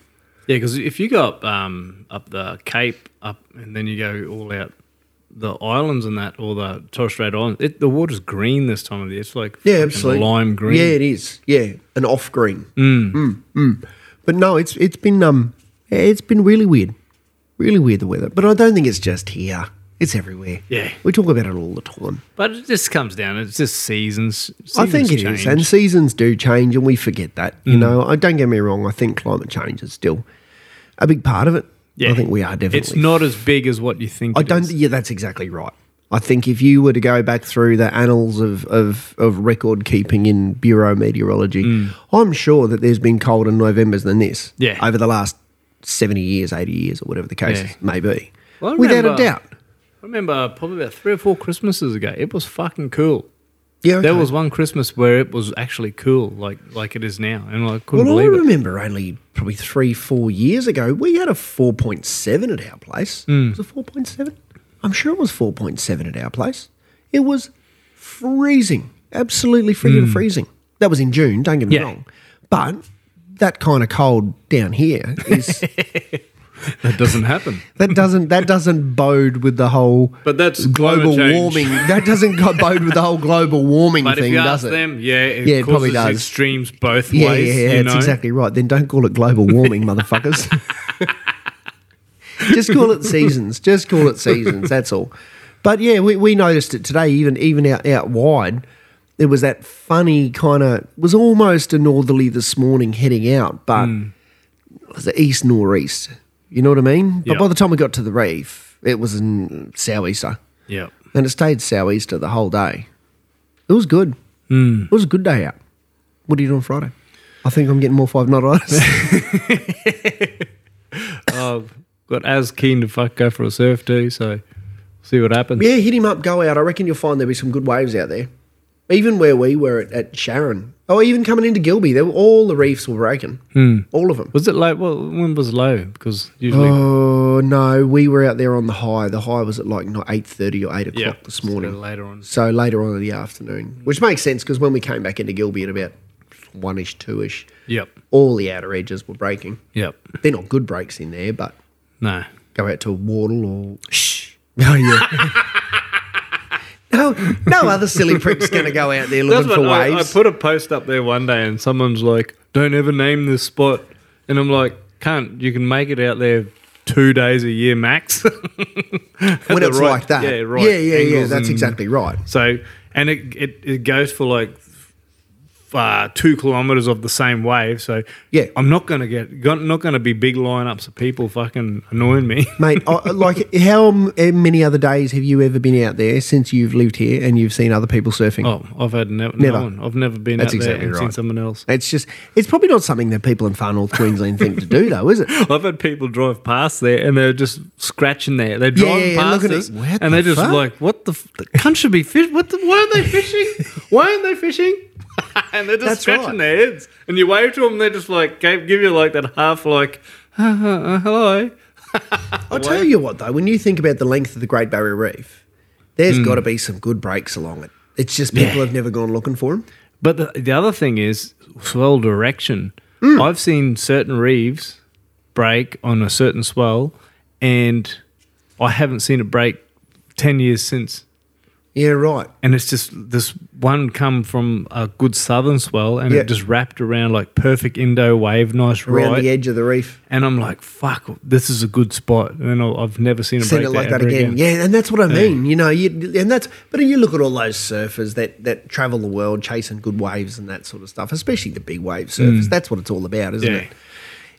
[SPEAKER 1] Yeah, because if you go up um, up the Cape up and then you go all out the islands and that, or the Torres Strait Islands, it, the water's green this time of the year. It's like
[SPEAKER 2] Yeah,
[SPEAKER 1] fucking
[SPEAKER 2] absolutely.
[SPEAKER 1] lime green.
[SPEAKER 2] Yeah, it is. Yeah, an off green. Mm. Mm, mm. But no, it's it's been um, it's been really weird, really weird the weather. But I don't think it's just here. It's everywhere.
[SPEAKER 1] Yeah.
[SPEAKER 2] we talk about it all the time.
[SPEAKER 1] But it just comes down. It's just seasons.
[SPEAKER 2] I think it is,
[SPEAKER 1] Seasons change. Mm.
[SPEAKER 2] and seasons do change, and we forget that. You know, I don't get me wrong. I think climate change is still a big part of it. I think we are definitely.
[SPEAKER 1] It's not as big as what you think.
[SPEAKER 2] I
[SPEAKER 1] it
[SPEAKER 2] don't.
[SPEAKER 1] is.
[SPEAKER 2] Yeah, that's exactly right. I think if you were to go back through the annals of, of, of record keeping in bureau meteorology, I'm sure that there's been colder Novembers than this
[SPEAKER 1] Mm. Yeah.
[SPEAKER 2] over the last 70 years, 80 years, or whatever the case
[SPEAKER 1] Yeah.
[SPEAKER 2] may be.
[SPEAKER 1] Well, I
[SPEAKER 2] Without a
[SPEAKER 1] remember-
[SPEAKER 2] doubt.
[SPEAKER 1] I remember probably about three or four Christmases ago. It was fucking cool.
[SPEAKER 2] Yeah,
[SPEAKER 1] There
[SPEAKER 2] okay.
[SPEAKER 1] was one Christmas where it was actually cool, like like it is now, and I couldn't
[SPEAKER 2] Well, I
[SPEAKER 1] believe it.
[SPEAKER 2] remember only probably three, four years ago, we had a 4.7 at our place.
[SPEAKER 1] Hmm.
[SPEAKER 2] Was it 4.7? I'm sure it was 4.7 at our place. It was freezing, absolutely freaking freezing. That was in June, don't get me
[SPEAKER 1] Hmm. Yeah.
[SPEAKER 2] wrong. But that kind of cold down here is
[SPEAKER 1] That doesn't happen.
[SPEAKER 2] that doesn't that doesn't bode with the whole
[SPEAKER 1] But that's
[SPEAKER 2] global
[SPEAKER 1] climate change.
[SPEAKER 2] warming. That doesn't go- bode with the whole global warming
[SPEAKER 1] But if
[SPEAKER 2] thing,
[SPEAKER 1] you ask
[SPEAKER 2] does it?
[SPEAKER 1] them, yeah, it,
[SPEAKER 2] Yeah, it
[SPEAKER 1] probably
[SPEAKER 2] probably does.
[SPEAKER 1] does. Extremes both
[SPEAKER 2] Yeah,
[SPEAKER 1] ways.
[SPEAKER 2] yeah, yeah,
[SPEAKER 1] you
[SPEAKER 2] that's
[SPEAKER 1] know?
[SPEAKER 2] exactly right. Then don't call it global warming, motherfuckers. Just call it seasons. Just call it seasons. That's all. But yeah, we, we noticed it today, even even out, out wide. There was that funny kind of was almost a northerly this morning heading out, but
[SPEAKER 1] Hmm.
[SPEAKER 2] it was the east northeast. You know what I mean? But
[SPEAKER 1] Yeah.
[SPEAKER 2] by the time we got to the reef, it was in southeaster,
[SPEAKER 1] Yeah.
[SPEAKER 2] and it stayed southeaster the whole day. It was good.
[SPEAKER 1] Hmm.
[SPEAKER 2] It was a good day out. What are you doing Friday? I think I'm getting more five knot eyes.
[SPEAKER 1] Oh, got as keen to fuck go for a surf too. So see what happens.
[SPEAKER 2] yeah, hit him up, go out. I reckon you'll find there'll be some good waves out there. Even where we were at, at Sharon. Oh, even coming into Gilby, there were, all the reefs were breaking. All of them.
[SPEAKER 1] Was it low? Well, when was low? Because usually
[SPEAKER 2] Oh no, we were out there on the high. The high was at like not eight thirty or eight o'clock
[SPEAKER 1] yeah,
[SPEAKER 2] this morning.
[SPEAKER 1] later on.
[SPEAKER 2] So later on in the afternoon, which makes sense because when we came back into Gilby at about one ish, two ish,
[SPEAKER 1] Yep.
[SPEAKER 2] all the outer edges were breaking.
[SPEAKER 1] Yep.
[SPEAKER 2] They're not good breaks in there, but
[SPEAKER 1] No.
[SPEAKER 2] go out to a Wardle or shh. Oh yeah. no, no other silly prick's going to go out there looking
[SPEAKER 1] That's
[SPEAKER 2] for
[SPEAKER 1] what I, I
[SPEAKER 2] waves.
[SPEAKER 1] put a post up there one day, and someone's like, "Don't ever name this spot," and I'm like, "Can't you can make it out there two days a year max?"
[SPEAKER 2] when
[SPEAKER 1] the
[SPEAKER 2] it's
[SPEAKER 1] right-
[SPEAKER 2] like that,
[SPEAKER 1] yeah, right
[SPEAKER 2] yeah, yeah, yeah,
[SPEAKER 1] angles
[SPEAKER 2] That's
[SPEAKER 1] and-
[SPEAKER 2] exactly right.
[SPEAKER 1] so, and it it, it goes for like. Uh, two kilometers of the same wave, so
[SPEAKER 2] Yeah.
[SPEAKER 1] I'm not gonna get gon- not gonna be big lineups of people fucking annoying me.
[SPEAKER 2] Mate, I, like how m- many other days have you ever been out there since you've lived here and you've seen other people surfing?
[SPEAKER 1] Oh, I've had never,
[SPEAKER 2] Never.
[SPEAKER 1] no one. I've never been
[SPEAKER 2] That's
[SPEAKER 1] out there
[SPEAKER 2] exactly
[SPEAKER 1] and seen
[SPEAKER 2] right.
[SPEAKER 1] someone else.
[SPEAKER 2] It's just, it's probably not something that people in far north Queensland think to do, though, is it?
[SPEAKER 1] I've had people drive past there and they're just scratching there. They're driving
[SPEAKER 2] yeah, yeah,
[SPEAKER 1] past
[SPEAKER 2] looking at
[SPEAKER 1] us
[SPEAKER 2] it. What
[SPEAKER 1] and
[SPEAKER 2] the
[SPEAKER 1] they're just
[SPEAKER 2] fuck?
[SPEAKER 1] like, "What the? F- the cunt should be fish? What? The, why aren't they fishing? why aren't they fishing?" and they're just
[SPEAKER 2] That's
[SPEAKER 1] scratching
[SPEAKER 2] right.
[SPEAKER 1] their heads. And you wave to them, they're just like, give, give you like that half like, "Uh, "Hello."
[SPEAKER 2] I'll tell you what, though, when you think about the length of the Great Barrier Reef, there's
[SPEAKER 1] Hmm.
[SPEAKER 2] got to be some good breaks along it. It's just people have never gone looking for them.
[SPEAKER 1] But the, the other thing is swell direction.
[SPEAKER 2] Hmm.
[SPEAKER 1] I've seen certain reefs break on a certain swell, and I haven't seen it break ten years since.
[SPEAKER 2] Yeah, right.
[SPEAKER 1] and it's just this one come from a good southern swell and
[SPEAKER 2] Yeah.
[SPEAKER 1] it just wrapped around like perfect indo wave nice
[SPEAKER 2] around
[SPEAKER 1] right
[SPEAKER 2] the edge of the reef.
[SPEAKER 1] and i'm like fuck this is a good spot and then I'll- i've never seen a
[SPEAKER 2] Seen
[SPEAKER 1] break
[SPEAKER 2] it like that
[SPEAKER 1] ever
[SPEAKER 2] again. Yeah, and that's what I mean. You know, you, and that's, but you look at all those surfers that, that travel the world chasing good waves and that sort of stuff, especially the big wave surfers. That's what it's all about, isn't
[SPEAKER 1] Mm. Yeah.
[SPEAKER 2] it?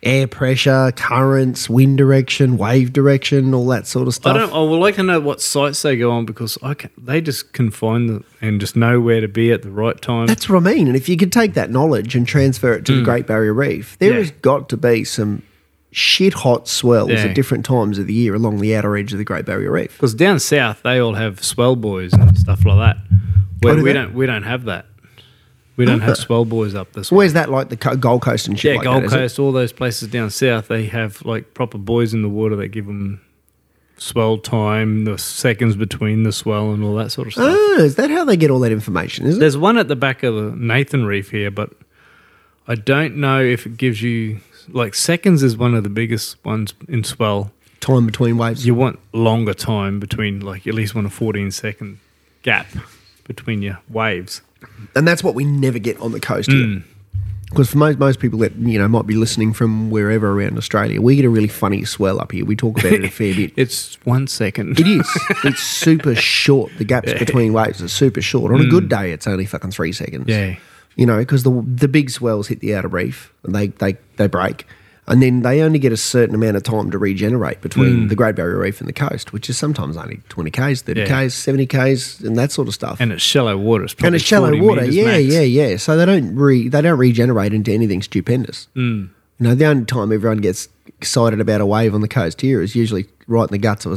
[SPEAKER 2] Air pressure, currents, wind direction, wave direction, all that sort of
[SPEAKER 1] I
[SPEAKER 2] stuff.
[SPEAKER 1] don't. I would like to know what sites they go on because I can, they just can find them and just know where to be at the right time.
[SPEAKER 2] That's what I mean. And if you could take that knowledge and transfer it to the Great Barrier Reef, there
[SPEAKER 1] Mm. Yeah.
[SPEAKER 2] has got to be some shit hot swells
[SPEAKER 1] Yeah.
[SPEAKER 2] at different times of the year along the outer edge of the Great Barrier Reef.
[SPEAKER 1] Because down south they all have swell boys and stuff like that. Where
[SPEAKER 2] Oh, do
[SPEAKER 1] we
[SPEAKER 2] they? Oh,
[SPEAKER 1] don't we don't have that. We don't have swell boys up this way.
[SPEAKER 2] Where's that like the Co- Gold Coast and shit?
[SPEAKER 1] Yeah,
[SPEAKER 2] like that,
[SPEAKER 1] Gold
[SPEAKER 2] is it?
[SPEAKER 1] Coast, all those places down south, they have like proper boys in the water that give them swell time, the seconds between the swell, and all that sort of stuff.
[SPEAKER 2] Oh, is that how they get all that information? Is it?
[SPEAKER 1] There's one at the back of the Nathan Reef here, but I don't know if it gives you like seconds is one of the biggest ones in swell.
[SPEAKER 2] time between waves.
[SPEAKER 1] You want longer time between, like, at least one a 14 second gap between your waves.
[SPEAKER 2] and that's what we never get on the coast here. Because for most most people that you know might be listening from wherever around Australia, we get a really funny swell up here. We talk about it a fair bit.
[SPEAKER 1] It's one second.
[SPEAKER 2] It is. It's super short. The gaps between waves are super short. On a good day, it's only fucking three seconds.
[SPEAKER 1] Yeah.
[SPEAKER 2] You know, because the the big swells hit the outer reef and they they they break, and then they only get a certain amount of time to regenerate between
[SPEAKER 1] Mm.
[SPEAKER 2] the Great Barrier Reef and the coast, which is sometimes only twenty k's, thirty
[SPEAKER 1] Yeah.
[SPEAKER 2] k's, seventy k's, and that sort of stuff
[SPEAKER 1] and it's shallow water. It's probably
[SPEAKER 2] and it's shallow
[SPEAKER 1] 40
[SPEAKER 2] water.
[SPEAKER 1] meters
[SPEAKER 2] Yeah,
[SPEAKER 1] max.
[SPEAKER 2] yeah, yeah. So they don't re they don't regenerate into anything stupendous. Mm. You know, the only time everyone gets excited about a wave on the coast here is usually right in the guts of a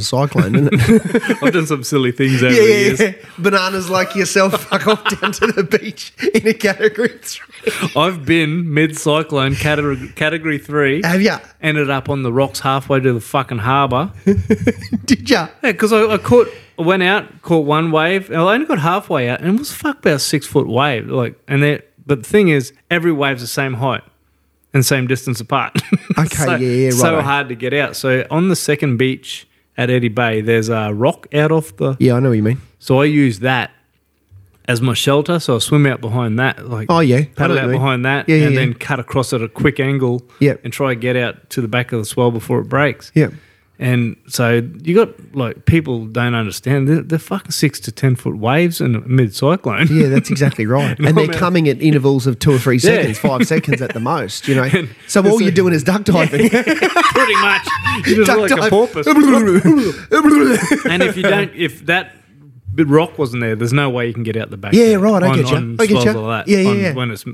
[SPEAKER 2] cyclone, isn't it?
[SPEAKER 1] I've done some silly things over
[SPEAKER 2] yeah,
[SPEAKER 1] the years.
[SPEAKER 2] yeah, yeah. Bananas like yourself fuck off down to the beach in a category three.
[SPEAKER 1] I've been mid cyclone category, category three.
[SPEAKER 2] Have ya?
[SPEAKER 1] Ended up on the rocks halfway to the fucking harbour.
[SPEAKER 2] Did ya?
[SPEAKER 1] Yeah, because I, I caught, I went out, caught one wave, and I only got halfway out, and it was fuck about six foot wave. Like, and then, but the thing is, every wave's the same height and same distance apart.
[SPEAKER 2] Okay,
[SPEAKER 1] so,
[SPEAKER 2] yeah, yeah,
[SPEAKER 1] So
[SPEAKER 2] righto.
[SPEAKER 1] hard to get out. So on the second beach at Eddie Bay, there's a rock out off the.
[SPEAKER 2] Yeah, I know what you mean.
[SPEAKER 1] So I use that as my shelter. So I swim out behind that, like
[SPEAKER 2] Oh, yeah. I know
[SPEAKER 1] paddle
[SPEAKER 2] what you
[SPEAKER 1] out
[SPEAKER 2] mean.
[SPEAKER 1] behind that,
[SPEAKER 2] Yeah, yeah,
[SPEAKER 1] and
[SPEAKER 2] yeah.
[SPEAKER 1] then cut across at a quick angle,
[SPEAKER 2] Yep.
[SPEAKER 1] and try to get out to the back of the swell before it breaks.
[SPEAKER 2] Yeah.
[SPEAKER 1] And so you got like people don't understand they're, they're fucking six to ten foot waves in mid cyclone.
[SPEAKER 2] Yeah, that's exactly right. And they're
[SPEAKER 1] man.
[SPEAKER 2] coming at intervals of two or three seconds, five seconds at the most, you know. So all you're doing is duck diving.
[SPEAKER 1] pretty much. You just look
[SPEAKER 2] duck
[SPEAKER 1] like a porpoise.
[SPEAKER 2] dive.
[SPEAKER 1] and if you don't, if that bit rock wasn't there, there's no way you can get out the back.
[SPEAKER 2] Yeah,
[SPEAKER 1] there
[SPEAKER 2] right, I
[SPEAKER 1] on-
[SPEAKER 2] get ya,
[SPEAKER 1] on
[SPEAKER 2] I get
[SPEAKER 1] swells
[SPEAKER 2] ya.
[SPEAKER 1] Like that,
[SPEAKER 2] Yeah, yeah,
[SPEAKER 1] on-
[SPEAKER 2] yeah.
[SPEAKER 1] When it's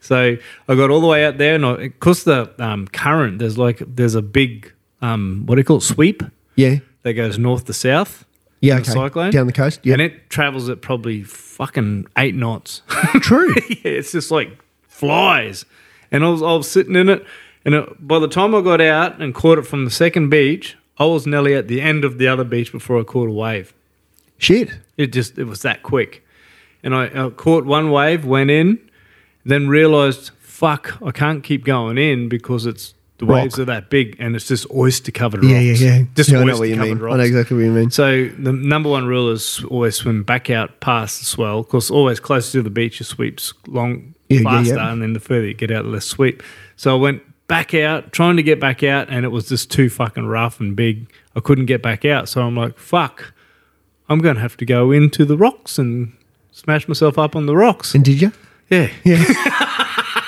[SPEAKER 1] so, I got all the way out there, and because the um, current, there's like there's a big um, what do you call it sweep
[SPEAKER 2] Yeah.
[SPEAKER 1] that goes north to south.
[SPEAKER 2] Yeah,
[SPEAKER 1] in the
[SPEAKER 2] okay.
[SPEAKER 1] cyclone
[SPEAKER 2] Down the coast, yeah.
[SPEAKER 1] and it travels at probably fucking eight knots.
[SPEAKER 2] True.
[SPEAKER 1] yeah, it's just like flies. And I was, I was sitting in it, and it, by the time I got out and caught it from the second beach, I was nearly at the end of the other beach before I caught a wave.
[SPEAKER 2] Shit.
[SPEAKER 1] It just it was that quick, and I, I caught one wave, went in, then realised fuck, I can't keep going in because it's the
[SPEAKER 2] Rock.
[SPEAKER 1] waves are that big and it's just oyster covered
[SPEAKER 2] Yeah,
[SPEAKER 1] rocks.
[SPEAKER 2] yeah, yeah.
[SPEAKER 1] Just
[SPEAKER 2] Yeah, I know
[SPEAKER 1] oyster
[SPEAKER 2] what you
[SPEAKER 1] covered
[SPEAKER 2] mean.
[SPEAKER 1] rocks.
[SPEAKER 2] I know exactly what you mean.
[SPEAKER 1] So the number one rule is always swim back out past the swell. Of course, always closer to the beach, your sweeps long
[SPEAKER 2] Yeah, yeah,
[SPEAKER 1] faster,
[SPEAKER 2] yeah.
[SPEAKER 1] and then the further you get out, the less sweep. So I went back out, trying to get back out, and it was just too fucking rough and big. I couldn't get back out, so I'm like, fuck, I'm going to have to go into the rocks and smash myself up on the rocks.
[SPEAKER 2] And did you?
[SPEAKER 1] Yeah.
[SPEAKER 2] Yeah.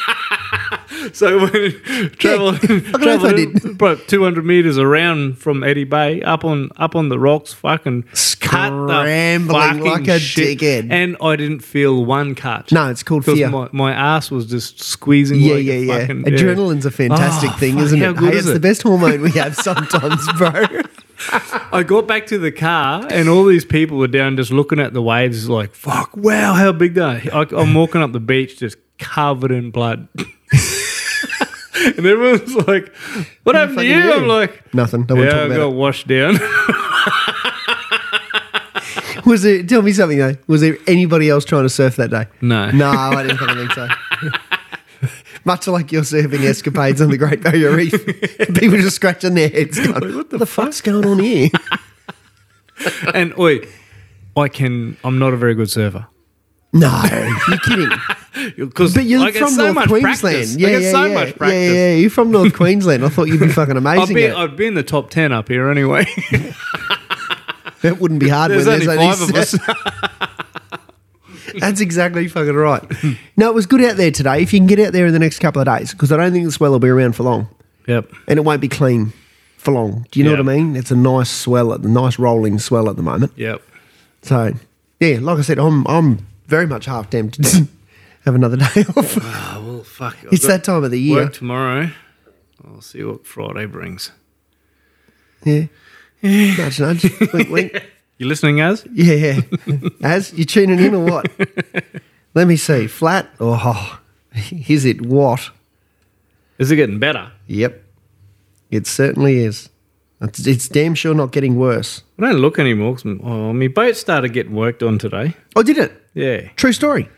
[SPEAKER 1] so when travel
[SPEAKER 2] know if I
[SPEAKER 1] travel about two hundred meters around from Eddie Bay, up on up on the rocks, fucking cut the
[SPEAKER 2] Scrambling
[SPEAKER 1] fucking
[SPEAKER 2] like a
[SPEAKER 1] shit.
[SPEAKER 2] dickhead.
[SPEAKER 1] And I didn't feel one cut.
[SPEAKER 2] No, it's called
[SPEAKER 1] 'Cause
[SPEAKER 2] fear.
[SPEAKER 1] My, my ass was just squeezing.
[SPEAKER 2] Yeah,
[SPEAKER 1] like
[SPEAKER 2] yeah,
[SPEAKER 1] a
[SPEAKER 2] yeah.
[SPEAKER 1] Fucking,
[SPEAKER 2] Adrenaline's a fantastic
[SPEAKER 1] Oh,
[SPEAKER 2] thing,
[SPEAKER 1] fuck,
[SPEAKER 2] isn't
[SPEAKER 1] how
[SPEAKER 2] it?
[SPEAKER 1] good
[SPEAKER 2] hey,
[SPEAKER 1] is
[SPEAKER 2] it's the
[SPEAKER 1] it?
[SPEAKER 2] best hormone we have sometimes, bro.
[SPEAKER 1] I got back to the car, and all these people were down just looking at the waves, like "fuck, wow, how big they!" are." I, I'm walking up the beach, just covered in blood, and everyone's like, "What happened to
[SPEAKER 2] fucking
[SPEAKER 1] you?"
[SPEAKER 2] do?
[SPEAKER 1] I'm like,
[SPEAKER 2] Nothing. Don't want
[SPEAKER 1] "Yeah, I
[SPEAKER 2] to talk
[SPEAKER 1] got
[SPEAKER 2] about
[SPEAKER 1] washed down."
[SPEAKER 2] it. Was there? Tell me something though. Was there anybody else trying to surf that day?
[SPEAKER 1] No.
[SPEAKER 2] No, I didn't fucking think so. Much like your surfing escapades on the Great Barrier Reef, people just scratching their heads, going, "What the, fuck's going on here?"
[SPEAKER 1] and oi, I can. I'm not a very good surfer.
[SPEAKER 2] no, you're kidding.
[SPEAKER 1] Because
[SPEAKER 2] But you're
[SPEAKER 1] I get
[SPEAKER 2] from
[SPEAKER 1] so
[SPEAKER 2] North
[SPEAKER 1] much
[SPEAKER 2] Queensland.
[SPEAKER 1] practice.
[SPEAKER 2] Yeah,
[SPEAKER 1] I get
[SPEAKER 2] yeah,
[SPEAKER 1] so
[SPEAKER 2] yeah.
[SPEAKER 1] much practice.
[SPEAKER 2] Yeah, yeah, you're from North Queensland. I thought you'd be fucking
[SPEAKER 1] I'd
[SPEAKER 2] amazing.
[SPEAKER 1] be,
[SPEAKER 2] at it.
[SPEAKER 1] I'd be in the top ten up here anyway.
[SPEAKER 2] That wouldn't be hard
[SPEAKER 1] There's
[SPEAKER 2] when
[SPEAKER 1] only
[SPEAKER 2] there's
[SPEAKER 1] five
[SPEAKER 2] only
[SPEAKER 1] of us.
[SPEAKER 2] That's exactly fucking right. no, it was good out there today. If you can get out there in the next couple of days, because I don't think the swell will be around for long,
[SPEAKER 1] yep.
[SPEAKER 2] and it won't be clean for long. Do you know
[SPEAKER 1] Yeah.
[SPEAKER 2] what I mean? It's a nice swell, at the nice rolling swell at the moment.
[SPEAKER 1] Yep.
[SPEAKER 2] So, yeah, like I said, I'm I'm very much half tempted to have another day off.
[SPEAKER 1] Oh well, fuck. I've
[SPEAKER 2] it's
[SPEAKER 1] got-
[SPEAKER 2] that time of the year.
[SPEAKER 1] Work tomorrow. I'll see what Friday brings.
[SPEAKER 2] Yeah. nudge, nudge. wink, wink.
[SPEAKER 1] You listening, as?
[SPEAKER 2] Yeah, yeah. As you tuning in or what? Let me see. Flat. Oh, is it what?
[SPEAKER 1] Is it getting better?
[SPEAKER 2] Yep. It certainly is. It's, it's damn sure not getting worse.
[SPEAKER 1] I don't look anymore. 'cause, oh, my boat started getting worked on today.
[SPEAKER 2] Oh, did it?
[SPEAKER 1] Yeah.
[SPEAKER 2] True story.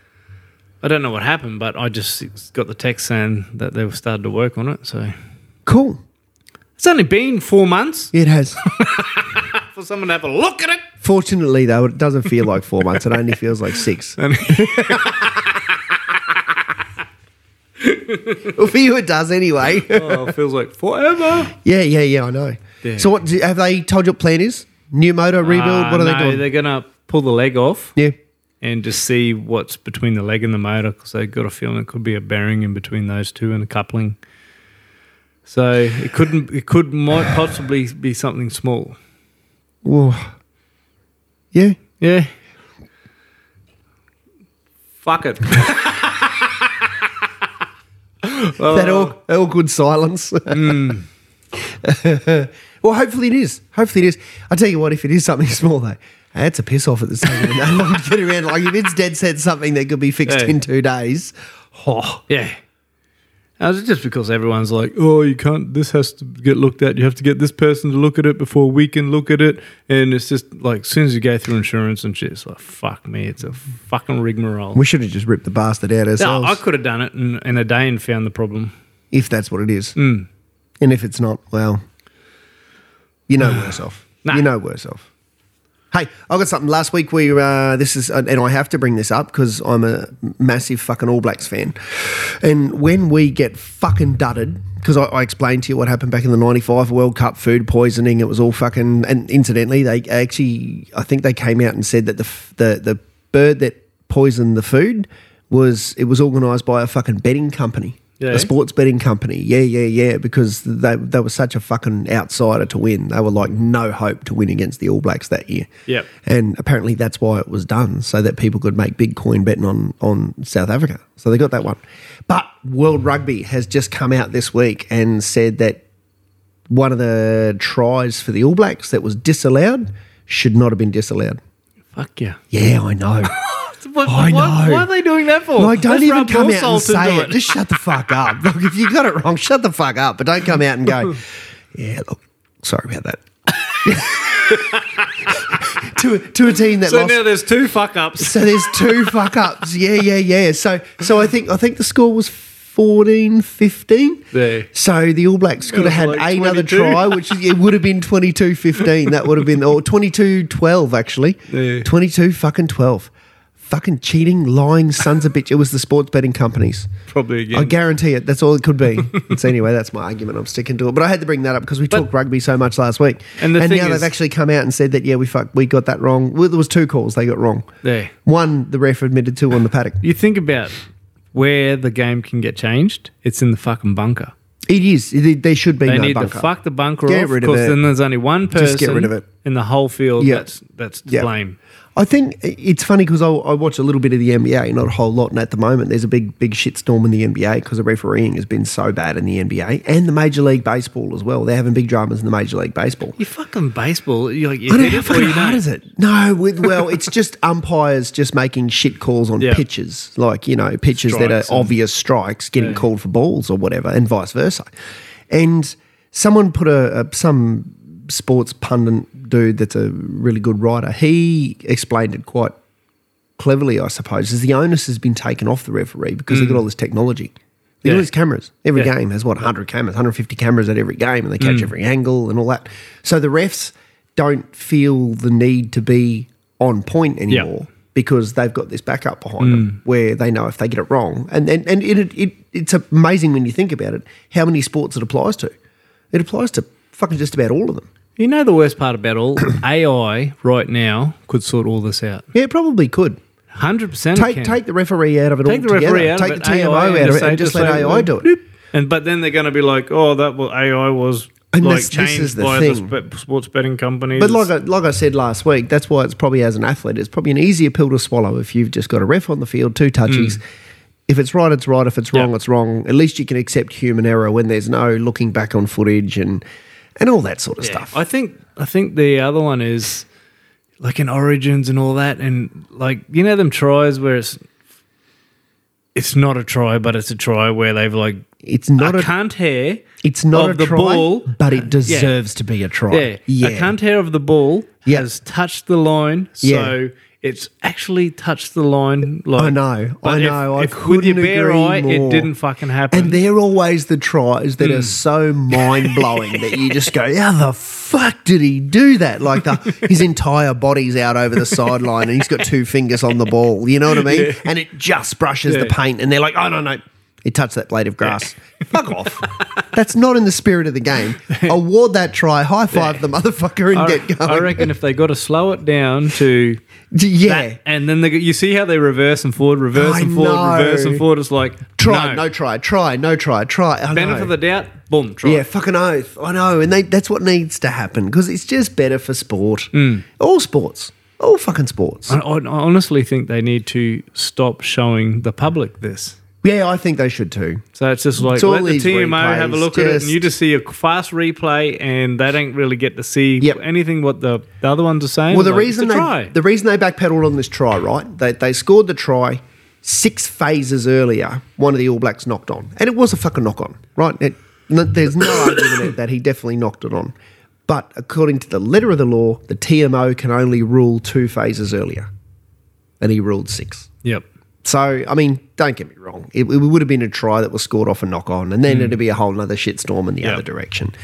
[SPEAKER 1] I don't know what happened, but I just got the text saying that they were starting to work on it. So
[SPEAKER 2] Cool.
[SPEAKER 1] it's It's only been four months
[SPEAKER 2] It has.
[SPEAKER 1] for someone to have a look at it.
[SPEAKER 2] Fortunately, though, it doesn't feel like four months. It only feels like six. well, for you, it does anyway.
[SPEAKER 1] Oh, it feels like forever.
[SPEAKER 2] yeah, yeah, yeah. I know.
[SPEAKER 1] Yeah.
[SPEAKER 2] So, what do- have they told you? What plan is new motor rebuild?
[SPEAKER 1] Uh,
[SPEAKER 2] what are
[SPEAKER 1] no,
[SPEAKER 2] they doing?
[SPEAKER 1] They're gonna pull the leg off
[SPEAKER 2] yeah,
[SPEAKER 1] and just see what's between the leg and the motor because they got a feeling it could be a bearing in between those two and a coupling. So it couldn't. It could might possibly be something small.
[SPEAKER 2] Whoa. yeah.
[SPEAKER 1] Yeah. Fuck it.
[SPEAKER 2] That
[SPEAKER 1] Oh.
[SPEAKER 2] all, all good silence.
[SPEAKER 1] Mm.
[SPEAKER 2] well, hopefully it is. Hopefully it is. I tell you what, if it is something small though, that's a piss off at the same time. I'm not getting around. Like if it's dead set something that could be fixed
[SPEAKER 1] Yeah.
[SPEAKER 2] in two days. Oh,
[SPEAKER 1] Yeah. Uh, It's just because everyone's like, oh, you can't, this has to get looked at. You have to get this person to look at it before we can look at it. And it's just like, as soon as you go through insurance and shit, it's like, fuck me, it's a fucking rigmarole.
[SPEAKER 2] we should have just ripped the bastard out
[SPEAKER 1] No,
[SPEAKER 2] ourselves.
[SPEAKER 1] I could have done it in, in a day and found the problem.
[SPEAKER 2] if that's what it is.
[SPEAKER 1] Mm.
[SPEAKER 2] And if it's not, well, you know worse off.
[SPEAKER 1] Nah.
[SPEAKER 2] You know worse off. Hey, I got something. Last week we uh, this is and I have to bring this up because I'm a massive fucking All Blacks fan, and when we get fucking dudded because I, I explained to you what happened back in the '95 World Cup, food poisoning. It was all fucking. And incidentally, they actually I think they came out and said that the f- the the bird that poisoned the food was it was organised by a fucking betting company.
[SPEAKER 1] Yeah.
[SPEAKER 2] A sports betting company. Yeah, yeah, yeah. Because they they were such a fucking outsider to win. They were like no hope to win against the All Blacks that year.
[SPEAKER 1] Yep.
[SPEAKER 2] And apparently that's why it was done, so that people could make big coin betting on, on South Africa. So they got that one. But World Rugby has just come out this week and said that one of the tries for the All Blacks that was disallowed should not have been disallowed.
[SPEAKER 1] Fuck yeah.
[SPEAKER 2] Yeah, I know.
[SPEAKER 1] What, Why,
[SPEAKER 2] I know.
[SPEAKER 1] why are they doing that for?
[SPEAKER 2] Like, don't
[SPEAKER 1] Let's
[SPEAKER 2] even
[SPEAKER 1] rub
[SPEAKER 2] come
[SPEAKER 1] more
[SPEAKER 2] out and
[SPEAKER 1] salt into
[SPEAKER 2] say it. Just shut the fuck up. Look, if you got it wrong, shut the fuck up. But don't come out and go, yeah, look, sorry about that. to, a, to a team that
[SPEAKER 1] So
[SPEAKER 2] lost.
[SPEAKER 1] now there's two fuck ups.
[SPEAKER 2] so there's two fuck ups. Yeah, yeah, yeah. So so I think I think the score was 14 15.
[SPEAKER 1] Yeah.
[SPEAKER 2] So the All Blacks could have had
[SPEAKER 1] was like
[SPEAKER 2] another
[SPEAKER 1] 22.
[SPEAKER 2] try, which is, it would have been 22 15. That would have been, or 22 12, actually.
[SPEAKER 1] Yeah.
[SPEAKER 2] 22 fucking 12. Fucking cheating, lying sons of bitch. It was the sports betting companies.
[SPEAKER 1] Probably again.
[SPEAKER 2] I guarantee it. That's all it could be. so anyway, that's my argument. I'm sticking to it. But I had to bring that up because we talked rugby so much last week.
[SPEAKER 1] And the thing
[SPEAKER 2] now
[SPEAKER 1] is-
[SPEAKER 2] they've actually come out and said that yeah, we fuck, we got that wrong. Well, there was two calls they got wrong.
[SPEAKER 1] Yeah.
[SPEAKER 2] One the ref admitted to on the paddock.
[SPEAKER 1] you think about where the game can get changed, it's in the fucking bunker.
[SPEAKER 2] It is. It- there should be
[SPEAKER 1] They
[SPEAKER 2] no
[SPEAKER 1] need
[SPEAKER 2] bunker.
[SPEAKER 1] to fuck the bunker
[SPEAKER 2] Get
[SPEAKER 1] off
[SPEAKER 2] rid of
[SPEAKER 1] because
[SPEAKER 2] it.
[SPEAKER 1] then there's only one person
[SPEAKER 2] Just get rid of it.
[SPEAKER 1] in the whole field
[SPEAKER 2] Yeah.
[SPEAKER 1] that's that's to
[SPEAKER 2] Yeah.
[SPEAKER 1] blame.
[SPEAKER 2] I think it's funny because I, I watch a little bit of the NBA, not a whole lot, and at the moment there's a big, big shitstorm in the NBA because the refereeing has been so bad in the NBA and the Major League Baseball as well. They're having big dramas in the Major League Baseball.
[SPEAKER 1] You fucking baseball. You like you
[SPEAKER 2] I
[SPEAKER 1] hit
[SPEAKER 2] don't know how
[SPEAKER 1] it or
[SPEAKER 2] fucking
[SPEAKER 1] you
[SPEAKER 2] hard
[SPEAKER 1] don't.
[SPEAKER 2] is it? No, with well, it's just umpires just making shit calls on
[SPEAKER 1] Yeah.
[SPEAKER 2] pitches, like you know, pitches that
[SPEAKER 1] Strikes
[SPEAKER 2] are
[SPEAKER 1] and-
[SPEAKER 2] obvious strikes getting
[SPEAKER 1] Yeah.
[SPEAKER 2] called for balls or whatever, and vice versa. And someone put a, a some sports pundit dude that's a really good writer. He explained it quite cleverly, I suppose, is the onus has been taken off the referee because they've got all this technology.
[SPEAKER 1] Mm.
[SPEAKER 2] They've got
[SPEAKER 1] Yeah.
[SPEAKER 2] all these cameras. Every
[SPEAKER 1] Yeah. Mm.
[SPEAKER 2] game has what, 100 cameras, 150 cameras at every game, and they catch every angle and all that. So the refs don't feel the need to be on point anymore because they've got this backup behind
[SPEAKER 1] Mm.
[SPEAKER 2] them where they know if they get it wrong. And, and, and it, it, it's amazing when you think about it how many sports it applies to. It applies to fucking just about all of them.
[SPEAKER 1] You know the worst part about all AI right now could sort all this out.
[SPEAKER 2] Yeah, it probably could.
[SPEAKER 1] Hundred percent.
[SPEAKER 2] Take, take the referee out of it
[SPEAKER 1] take the
[SPEAKER 2] altogether.
[SPEAKER 1] referee out
[SPEAKER 2] take
[SPEAKER 1] of it,
[SPEAKER 2] the TMO
[SPEAKER 1] AI
[SPEAKER 2] out of it
[SPEAKER 1] say-
[SPEAKER 2] and just
[SPEAKER 1] say,
[SPEAKER 2] let AI do it.
[SPEAKER 1] "Boop." And but then they're going to be like, oh, that well, AI was
[SPEAKER 2] And
[SPEAKER 1] like
[SPEAKER 2] this- this
[SPEAKER 1] changed
[SPEAKER 2] is the
[SPEAKER 1] by
[SPEAKER 2] thing.
[SPEAKER 1] the sp- sports betting companies.
[SPEAKER 2] But like I, like I said last week, that's why it's probably as an athlete, it's probably an easier pill to swallow if you've just got a ref on the field, two touchies. If it's right, it's right. If it's
[SPEAKER 1] Mm.
[SPEAKER 2] wrong,
[SPEAKER 1] Yeah.
[SPEAKER 2] it's wrong. At least you can accept human error when there's no looking back on footage and and all that sort of
[SPEAKER 1] Yeah.
[SPEAKER 2] stuff.
[SPEAKER 1] I think I think the other one is like in Origins and all that, and like you know them tries where it's it's not a try, but it's a try where they've like
[SPEAKER 2] it's not
[SPEAKER 1] a,
[SPEAKER 2] a
[SPEAKER 1] cunt hair.
[SPEAKER 2] it's not
[SPEAKER 1] of
[SPEAKER 2] a
[SPEAKER 1] the
[SPEAKER 2] try,
[SPEAKER 1] ball, uh,
[SPEAKER 2] but it deserves to be a try.
[SPEAKER 1] Yeah, a cunt hair of the ball
[SPEAKER 2] Yeah.
[SPEAKER 1] has touched the line,
[SPEAKER 2] Yeah.
[SPEAKER 1] so It's actually touched the line. Like,
[SPEAKER 2] I know,
[SPEAKER 1] but
[SPEAKER 2] I
[SPEAKER 1] if-
[SPEAKER 2] know. I
[SPEAKER 1] if with your
[SPEAKER 2] couldn't
[SPEAKER 1] bare
[SPEAKER 2] agree
[SPEAKER 1] eye, it
[SPEAKER 2] more.
[SPEAKER 1] didn't fucking happen.
[SPEAKER 2] And they're always the tries
[SPEAKER 1] Hmm.
[SPEAKER 2] that are so mind blowing that you just go, how the fuck did he do that? Like the, his entire body's out over the sideline and he's got two fingers on the ball. You know what I mean? And it just brushes the
[SPEAKER 1] Yeah.
[SPEAKER 2] paint and they're like, oh, no, no. It touched that blade of grass. Fuck off. That's not in the spirit of the game. Award that try, high five the motherfucker and
[SPEAKER 1] I,
[SPEAKER 2] get going.
[SPEAKER 1] I reckon if they got to slow it down to
[SPEAKER 2] yeah.
[SPEAKER 1] and then they, go- you see how they reverse and forward, reverse
[SPEAKER 2] I
[SPEAKER 1] and forward,
[SPEAKER 2] know.
[SPEAKER 1] reverse and forward. It's like
[SPEAKER 2] try, no.
[SPEAKER 1] no,
[SPEAKER 2] try, try, no try, try. I
[SPEAKER 1] benefit
[SPEAKER 2] know.
[SPEAKER 1] of the doubt, boom, try.
[SPEAKER 2] Yeah, fucking oath. I know, and they, that's what needs to happen because it's just better for sport.
[SPEAKER 1] Mm.
[SPEAKER 2] All sports, all fucking sports.
[SPEAKER 1] I, I honestly think they need to stop showing the public this.
[SPEAKER 2] yeah, I think they should too.
[SPEAKER 1] So it's just like
[SPEAKER 2] It's all
[SPEAKER 1] let the
[SPEAKER 2] these
[SPEAKER 1] TMO have a
[SPEAKER 2] replays,
[SPEAKER 1] look at it, and you just see a fast replay, and they don't really get to see
[SPEAKER 2] Yep.
[SPEAKER 1] anything what the, the other ones are saying.
[SPEAKER 2] Well, the
[SPEAKER 1] Like, it's
[SPEAKER 2] reason
[SPEAKER 1] a
[SPEAKER 2] they
[SPEAKER 1] try.
[SPEAKER 2] the reason they backpedaled on this try, right? They they scored the try six phases earlier. One of the All Blacks knocked on, and it was a fucking knock on, right? It, n- there's no argument that he definitely knocked it on. But according to the letter of the law, the TMO can only rule two phases earlier, and he ruled six.
[SPEAKER 1] yep.
[SPEAKER 2] So, I mean, don't get me wrong. It, it would have been a try that was scored off a knock on, and then it'd be a whole other shitstorm in the
[SPEAKER 1] Mm. Yeah.
[SPEAKER 2] other direction.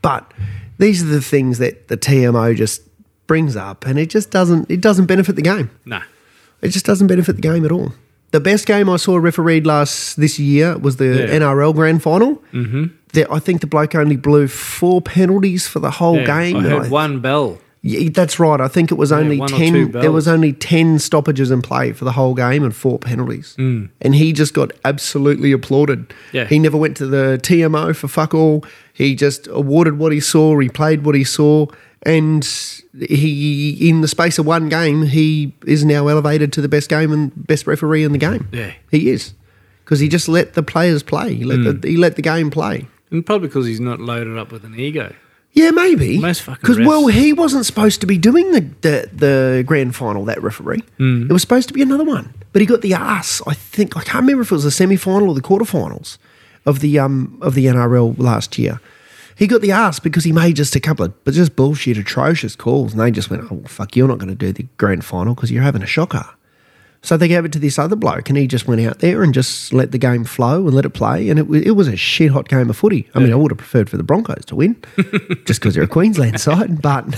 [SPEAKER 2] But these are the things that the TMO just brings up, and it just doesn't it doesn't benefit the game.
[SPEAKER 1] No.
[SPEAKER 2] It just doesn't benefit the game at all. The best game I saw refereed last this year was the
[SPEAKER 1] Yeah.
[SPEAKER 2] NRL Grand Final. Mm-hmm. I think the bloke only blew four penalties for the whole
[SPEAKER 1] Yeah,
[SPEAKER 2] game.
[SPEAKER 1] I
[SPEAKER 2] and
[SPEAKER 1] heard
[SPEAKER 2] I-
[SPEAKER 1] one bell.
[SPEAKER 2] yeah, that's right. I think it was only
[SPEAKER 1] one or two
[SPEAKER 2] ten. There was
[SPEAKER 1] bells.
[SPEAKER 2] only ten stoppages in play for the whole game and four penalties, mm. and he just got absolutely applauded.
[SPEAKER 1] Yeah.
[SPEAKER 2] he never went to the TMO for fuck all. He just awarded what he saw. He played what he saw, and he, in the space of one game, he is now elevated to the best game and best referee in the game.
[SPEAKER 1] Yeah.
[SPEAKER 2] he is because he just let the players play. He let,
[SPEAKER 1] Mm.
[SPEAKER 2] the, he let the game play.
[SPEAKER 1] And probably because he's not loaded up with an ego.
[SPEAKER 2] Yeah, maybe.
[SPEAKER 1] Most fucking refs.
[SPEAKER 2] well, he wasn't supposed to be doing the the, the grand final. That referee.
[SPEAKER 1] Hmm.
[SPEAKER 2] It was supposed to be another one, but he got the ass. I think I can't remember if it was the semi final or the quarterfinals of the um of the NRL last year. He got the ass because he made just a couple of but just bullshit atrocious calls, and they just went, "Oh well, fuck, you're not going to do the grand final because you're having a shocker." So they gave it to this other bloke, and he just went out there and just let the game flow and let it play. And it, wa- it was a shit hot game of footy. I mean, I would have preferred for the Broncos to win just because they're a Queensland side, but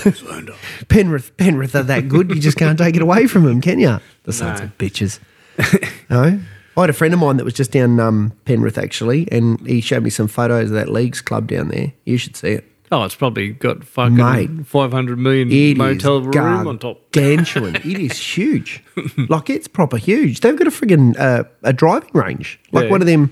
[SPEAKER 2] Penrith, Penrith are that good. You just can't take it away from them, can you? The sons
[SPEAKER 1] No.
[SPEAKER 2] of bitches. no? I had a friend of mine that was just down um, Penrith, actually, and he showed me some photos of that leagues club down there. You should see it.
[SPEAKER 1] Oh, it's probably got fucking
[SPEAKER 2] Mate.
[SPEAKER 1] 500 million
[SPEAKER 2] It is
[SPEAKER 1] motel room on top.
[SPEAKER 2] gargantuan. it is huge. Like it's proper huge. They've got a friggin' uh, a driving range, like
[SPEAKER 1] Yeah.
[SPEAKER 2] one of them.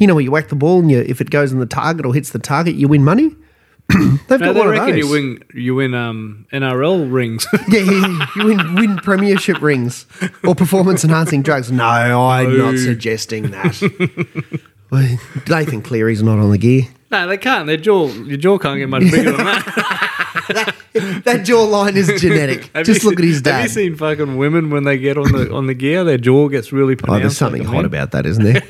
[SPEAKER 2] You know where you whack the ball and you, if it goes in the target or hits the target, you win money. They've
[SPEAKER 1] No,
[SPEAKER 2] got
[SPEAKER 1] they
[SPEAKER 2] one of
[SPEAKER 1] reckon
[SPEAKER 2] those.
[SPEAKER 1] you win, you win um, NRL rings.
[SPEAKER 2] Yeah, yeah, yeah. you win, win premiership rings or performance enhancing drugs. No, I'm
[SPEAKER 1] No.
[SPEAKER 2] not suggesting that. well, Nathan Cleary's not on the gear.
[SPEAKER 1] no, they can't. Their jaw, your jaw can't get much bigger than that.
[SPEAKER 2] That jawline is genetic.
[SPEAKER 1] Have
[SPEAKER 2] Just
[SPEAKER 1] you
[SPEAKER 2] look
[SPEAKER 1] seen-
[SPEAKER 2] at his
[SPEAKER 1] Have
[SPEAKER 2] dad.
[SPEAKER 1] you seen fucking women when they get on the on the gear, their jaw gets really
[SPEAKER 2] Oh,
[SPEAKER 1] pronounced?
[SPEAKER 2] there's something
[SPEAKER 1] like a
[SPEAKER 2] hot
[SPEAKER 1] man.
[SPEAKER 2] about that, isn't there?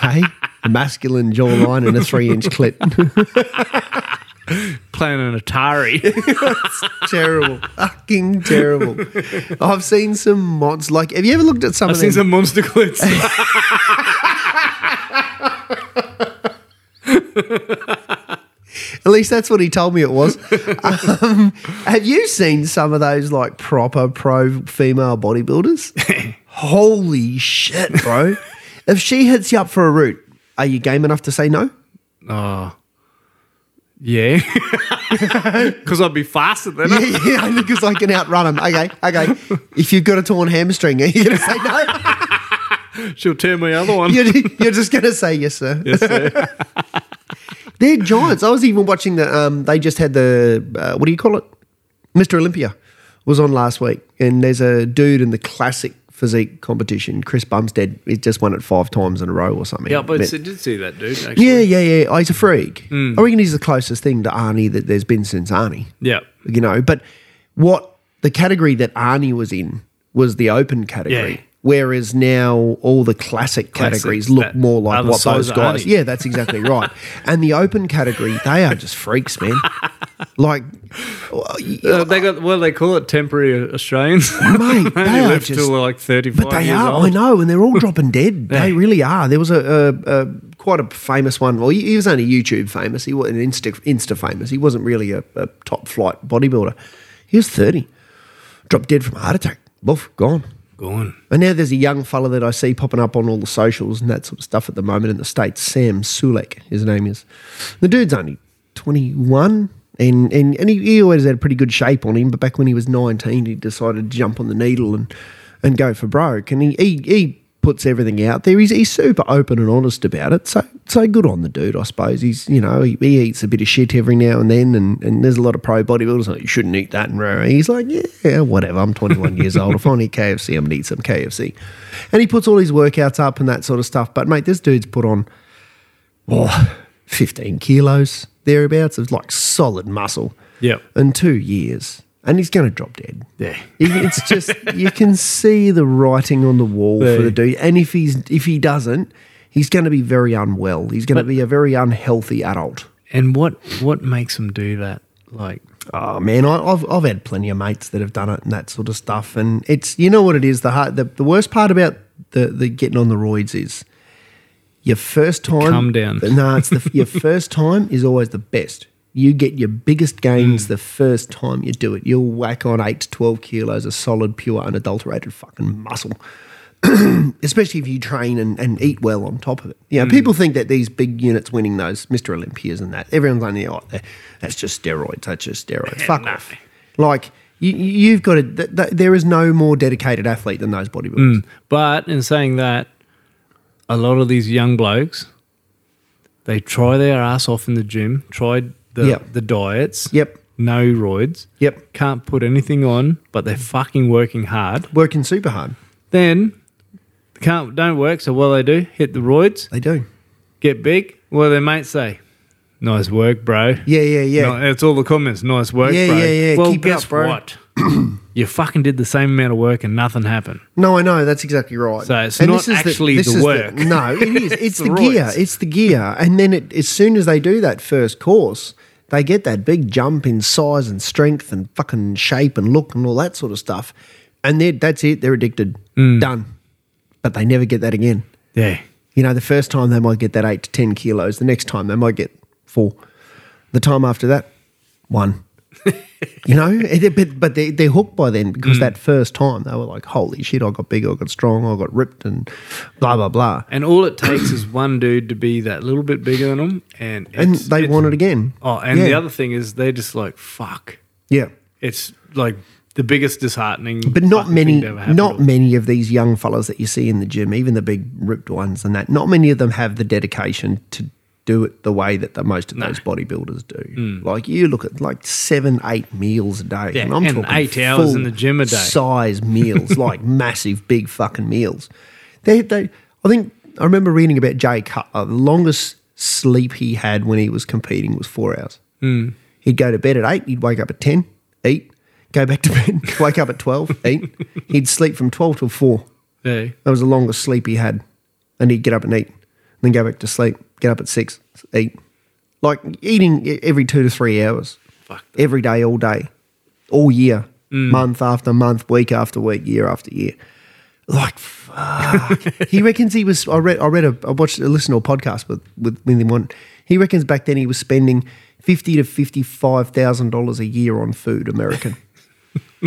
[SPEAKER 2] hey, a masculine jawline and a three-inch clit.
[SPEAKER 1] playing an Atari.
[SPEAKER 2] terrible, fucking terrible. I've seen some mods. Like, have you ever looked at some
[SPEAKER 1] I've
[SPEAKER 2] of
[SPEAKER 1] seen some
[SPEAKER 2] them?
[SPEAKER 1] monster clips.
[SPEAKER 2] At least that's what he told me it was. um, have you seen some of those like proper pro female bodybuilders? Holy shit, bro! if she hits you up for a root, are you game enough to say no?
[SPEAKER 1] oh, yeah. Because I'd be faster than
[SPEAKER 2] Yeah,
[SPEAKER 1] her.
[SPEAKER 2] yeah, I think it's like an outrun him. Okay, okay. If you've got a torn hamstring, are you going to say no?
[SPEAKER 1] She'll turn my other one.
[SPEAKER 2] you're, you're just going to say yes, sir.
[SPEAKER 1] Yes, sir.
[SPEAKER 2] They're giants. I was even watching the. Um, they just had the uh, what do you call it? Mr. Olympia was on last week, and there's a dude in the classic physique competition. Chris Bumstead. He just won it five times in a row or something.
[SPEAKER 1] yeah, but I
[SPEAKER 2] Met-
[SPEAKER 1] did see that dude. Actually.
[SPEAKER 2] yeah, yeah, yeah. Oh, he's a freak.
[SPEAKER 1] Hmm.
[SPEAKER 2] I reckon he's the closest thing to Arnie that there's been since Arnie.
[SPEAKER 1] Yeah.
[SPEAKER 2] You know, but what the category that Arnie was in was the open category.
[SPEAKER 1] Yeah.
[SPEAKER 2] Whereas now all the classic
[SPEAKER 1] Classic,
[SPEAKER 2] categories look
[SPEAKER 1] that
[SPEAKER 2] more like
[SPEAKER 1] other
[SPEAKER 2] what
[SPEAKER 1] size
[SPEAKER 2] those guys.
[SPEAKER 1] Arnie.
[SPEAKER 2] Yeah, that's exactly right. and the open category, they are just freaks, man. Like,
[SPEAKER 1] Uh, they got well, they call it temporary Australians.
[SPEAKER 2] Mate,
[SPEAKER 1] They
[SPEAKER 2] they are
[SPEAKER 1] live
[SPEAKER 2] Oh just-
[SPEAKER 1] till like thirty-five.
[SPEAKER 2] But they
[SPEAKER 1] years
[SPEAKER 2] are,
[SPEAKER 1] old.
[SPEAKER 2] I know, and they're all dropping dead. They
[SPEAKER 1] Yeah.
[SPEAKER 2] really are. There was a, a, a quite a famous one. Well, he he was only YouTube famous. He was an Insta, Insta famous. He wasn't really a, a top flight bodybuilder. He was thirty, dropped dead from a heart attack. Boof, gone.
[SPEAKER 1] Gone.
[SPEAKER 2] And now there's a young fella that I see popping up on all the socials and that sort of stuff at the moment in the States, Sam Sulek, his name is. The dude's only 21 and, and, and he, he always had pretty good shape on him, but back when he was 19, he decided to jump on the needle and, and go for broke. And he, he, he puts everything out there. He's, he's super open and honest about it. So so good on the dude, I suppose. He's you know he, he eats a bit of shit every now and then, and, and there's a lot of pro bodybuilders like you shouldn't eat that. And rah, rah." he's like, yeah, whatever. I'm 21 years old. If I need KFC, I'm gonna eat some KFC. And he puts all his workouts up and that sort of stuff. But mate, this dude's put on oh, 15 kilos thereabouts of like solid muscle
[SPEAKER 1] Yep.
[SPEAKER 2] in two years. And he's going to drop dead.
[SPEAKER 1] Yeah.
[SPEAKER 2] It- It's just you can see the writing on the wall for the
[SPEAKER 1] Yeah.
[SPEAKER 2] dude, and if he's if he doesn't, he's going to be very unwell. He's going to be a very unhealthy adult.
[SPEAKER 1] And what what makes them do that? Like,
[SPEAKER 2] Oh man, I, I've I've had plenty of mates that have done it and that sort of stuff, and it's you know what it is. The hard, the, the worst part about the the getting on the roids is your first time.
[SPEAKER 1] come down.
[SPEAKER 2] No, it's the, your first time is always the best. You get your biggest gains
[SPEAKER 1] Mm.
[SPEAKER 2] the first time you do it. You'll whack on eight to twelve kilos of solid, pure, unadulterated fucking muscle. Especially if you train and, and eat well on top of it. You know, people think that these big units winning those Mr. Olympias and that, everyone's only, oh, that- that's just steroids. That's just steroids. Fuck
[SPEAKER 1] no.
[SPEAKER 2] off. Like, you, you've got to, th- th- there is no more dedicated athlete than those
[SPEAKER 1] Mm.
[SPEAKER 2] bodybuilders.
[SPEAKER 1] but in saying that, a lot of these young blokes, they try their ass off in the gym, tried the
[SPEAKER 2] Yep.
[SPEAKER 1] the diets,
[SPEAKER 2] Yep.
[SPEAKER 1] no roids,
[SPEAKER 2] Yep.
[SPEAKER 1] can't put anything on, but they're fucking working hard.
[SPEAKER 2] Working super hard.
[SPEAKER 1] Then can't don't work, so what do they do? Hit the roids,
[SPEAKER 2] They do.
[SPEAKER 1] get big. What do their mates say? Nice work, bro.
[SPEAKER 2] Yeah, yeah, yeah.
[SPEAKER 1] No, it's all the comments. Nice work,
[SPEAKER 2] Yeah,
[SPEAKER 1] bro.
[SPEAKER 2] yeah, yeah.
[SPEAKER 1] Well,
[SPEAKER 2] Keep it
[SPEAKER 1] guess
[SPEAKER 2] up, bro.
[SPEAKER 1] what? you fucking did the same amount of work and nothing happened.
[SPEAKER 2] No, I know that's exactly right.
[SPEAKER 1] So it's not actually
[SPEAKER 2] this
[SPEAKER 1] the
[SPEAKER 2] is
[SPEAKER 1] work.
[SPEAKER 2] no, it is. It's,
[SPEAKER 1] It's
[SPEAKER 2] the,
[SPEAKER 1] the
[SPEAKER 2] gear.
[SPEAKER 1] roids.
[SPEAKER 2] It's the gear, and then it, as soon as they do that first course, they get that big jump in size and strength and fucking shape and look and all that sort of stuff, and they're- that's it. They're addicted.
[SPEAKER 1] Mm.
[SPEAKER 2] Done. But they never get that again.
[SPEAKER 1] Yeah.
[SPEAKER 2] You know, the first time they might get that eight to ten kilos. The next time they might get four. The time after that, one. you know, And they- but but they they're hooked by then
[SPEAKER 1] Mm.
[SPEAKER 2] because that first time they were like, holy shit, I got big, I got strong, I got ripped, and blah blah blah.
[SPEAKER 1] And all it takes is one dude to be that little bit bigger than them, and
[SPEAKER 2] And
[SPEAKER 1] it's-
[SPEAKER 2] they
[SPEAKER 1] it's-
[SPEAKER 2] want it again.
[SPEAKER 1] Oh, and
[SPEAKER 2] yeah.
[SPEAKER 1] the other thing is they're just like fuck.
[SPEAKER 2] yeah.
[SPEAKER 1] It's like the biggest disheartening,
[SPEAKER 2] But not
[SPEAKER 1] fucking thing
[SPEAKER 2] many,
[SPEAKER 1] to ever happen
[SPEAKER 2] not
[SPEAKER 1] to them.
[SPEAKER 2] many of these young fellas that you see in the gym, even the big ripped ones and that, not many of them have the dedication to do it the way that the most of those bodybuilders do. Like you look at like seven, eight meals a day,
[SPEAKER 1] Mm. Yeah,
[SPEAKER 2] and I'm
[SPEAKER 1] and
[SPEAKER 2] talking
[SPEAKER 1] eight hours in
[SPEAKER 2] full
[SPEAKER 1] the gym a day.
[SPEAKER 2] size meals, like massive, big fucking meals. They, they, I think I remember reading about Jay Cutler. The longest sleep he had when he was competing was four hours. He'd go to bed at eight. He'd wake up at ten, eat, go back to bed, wake up at twelve, eat. He'd sleep from twelve till four.
[SPEAKER 1] Yeah.
[SPEAKER 2] That was the longest sleep he had, and he'd get up and eat, then go back to sleep. Get up at six, eat. Like eating e- every two to three hours,
[SPEAKER 1] Fuck Mm.
[SPEAKER 2] every day, all day, all year, month after month, week after week, year after year. Like fuck, he reckons he was. I read. I read a. I watched a listen to a podcast with with with him on. He reckons back then he was spending fifty to fifty five thousand dollars a year on food, American.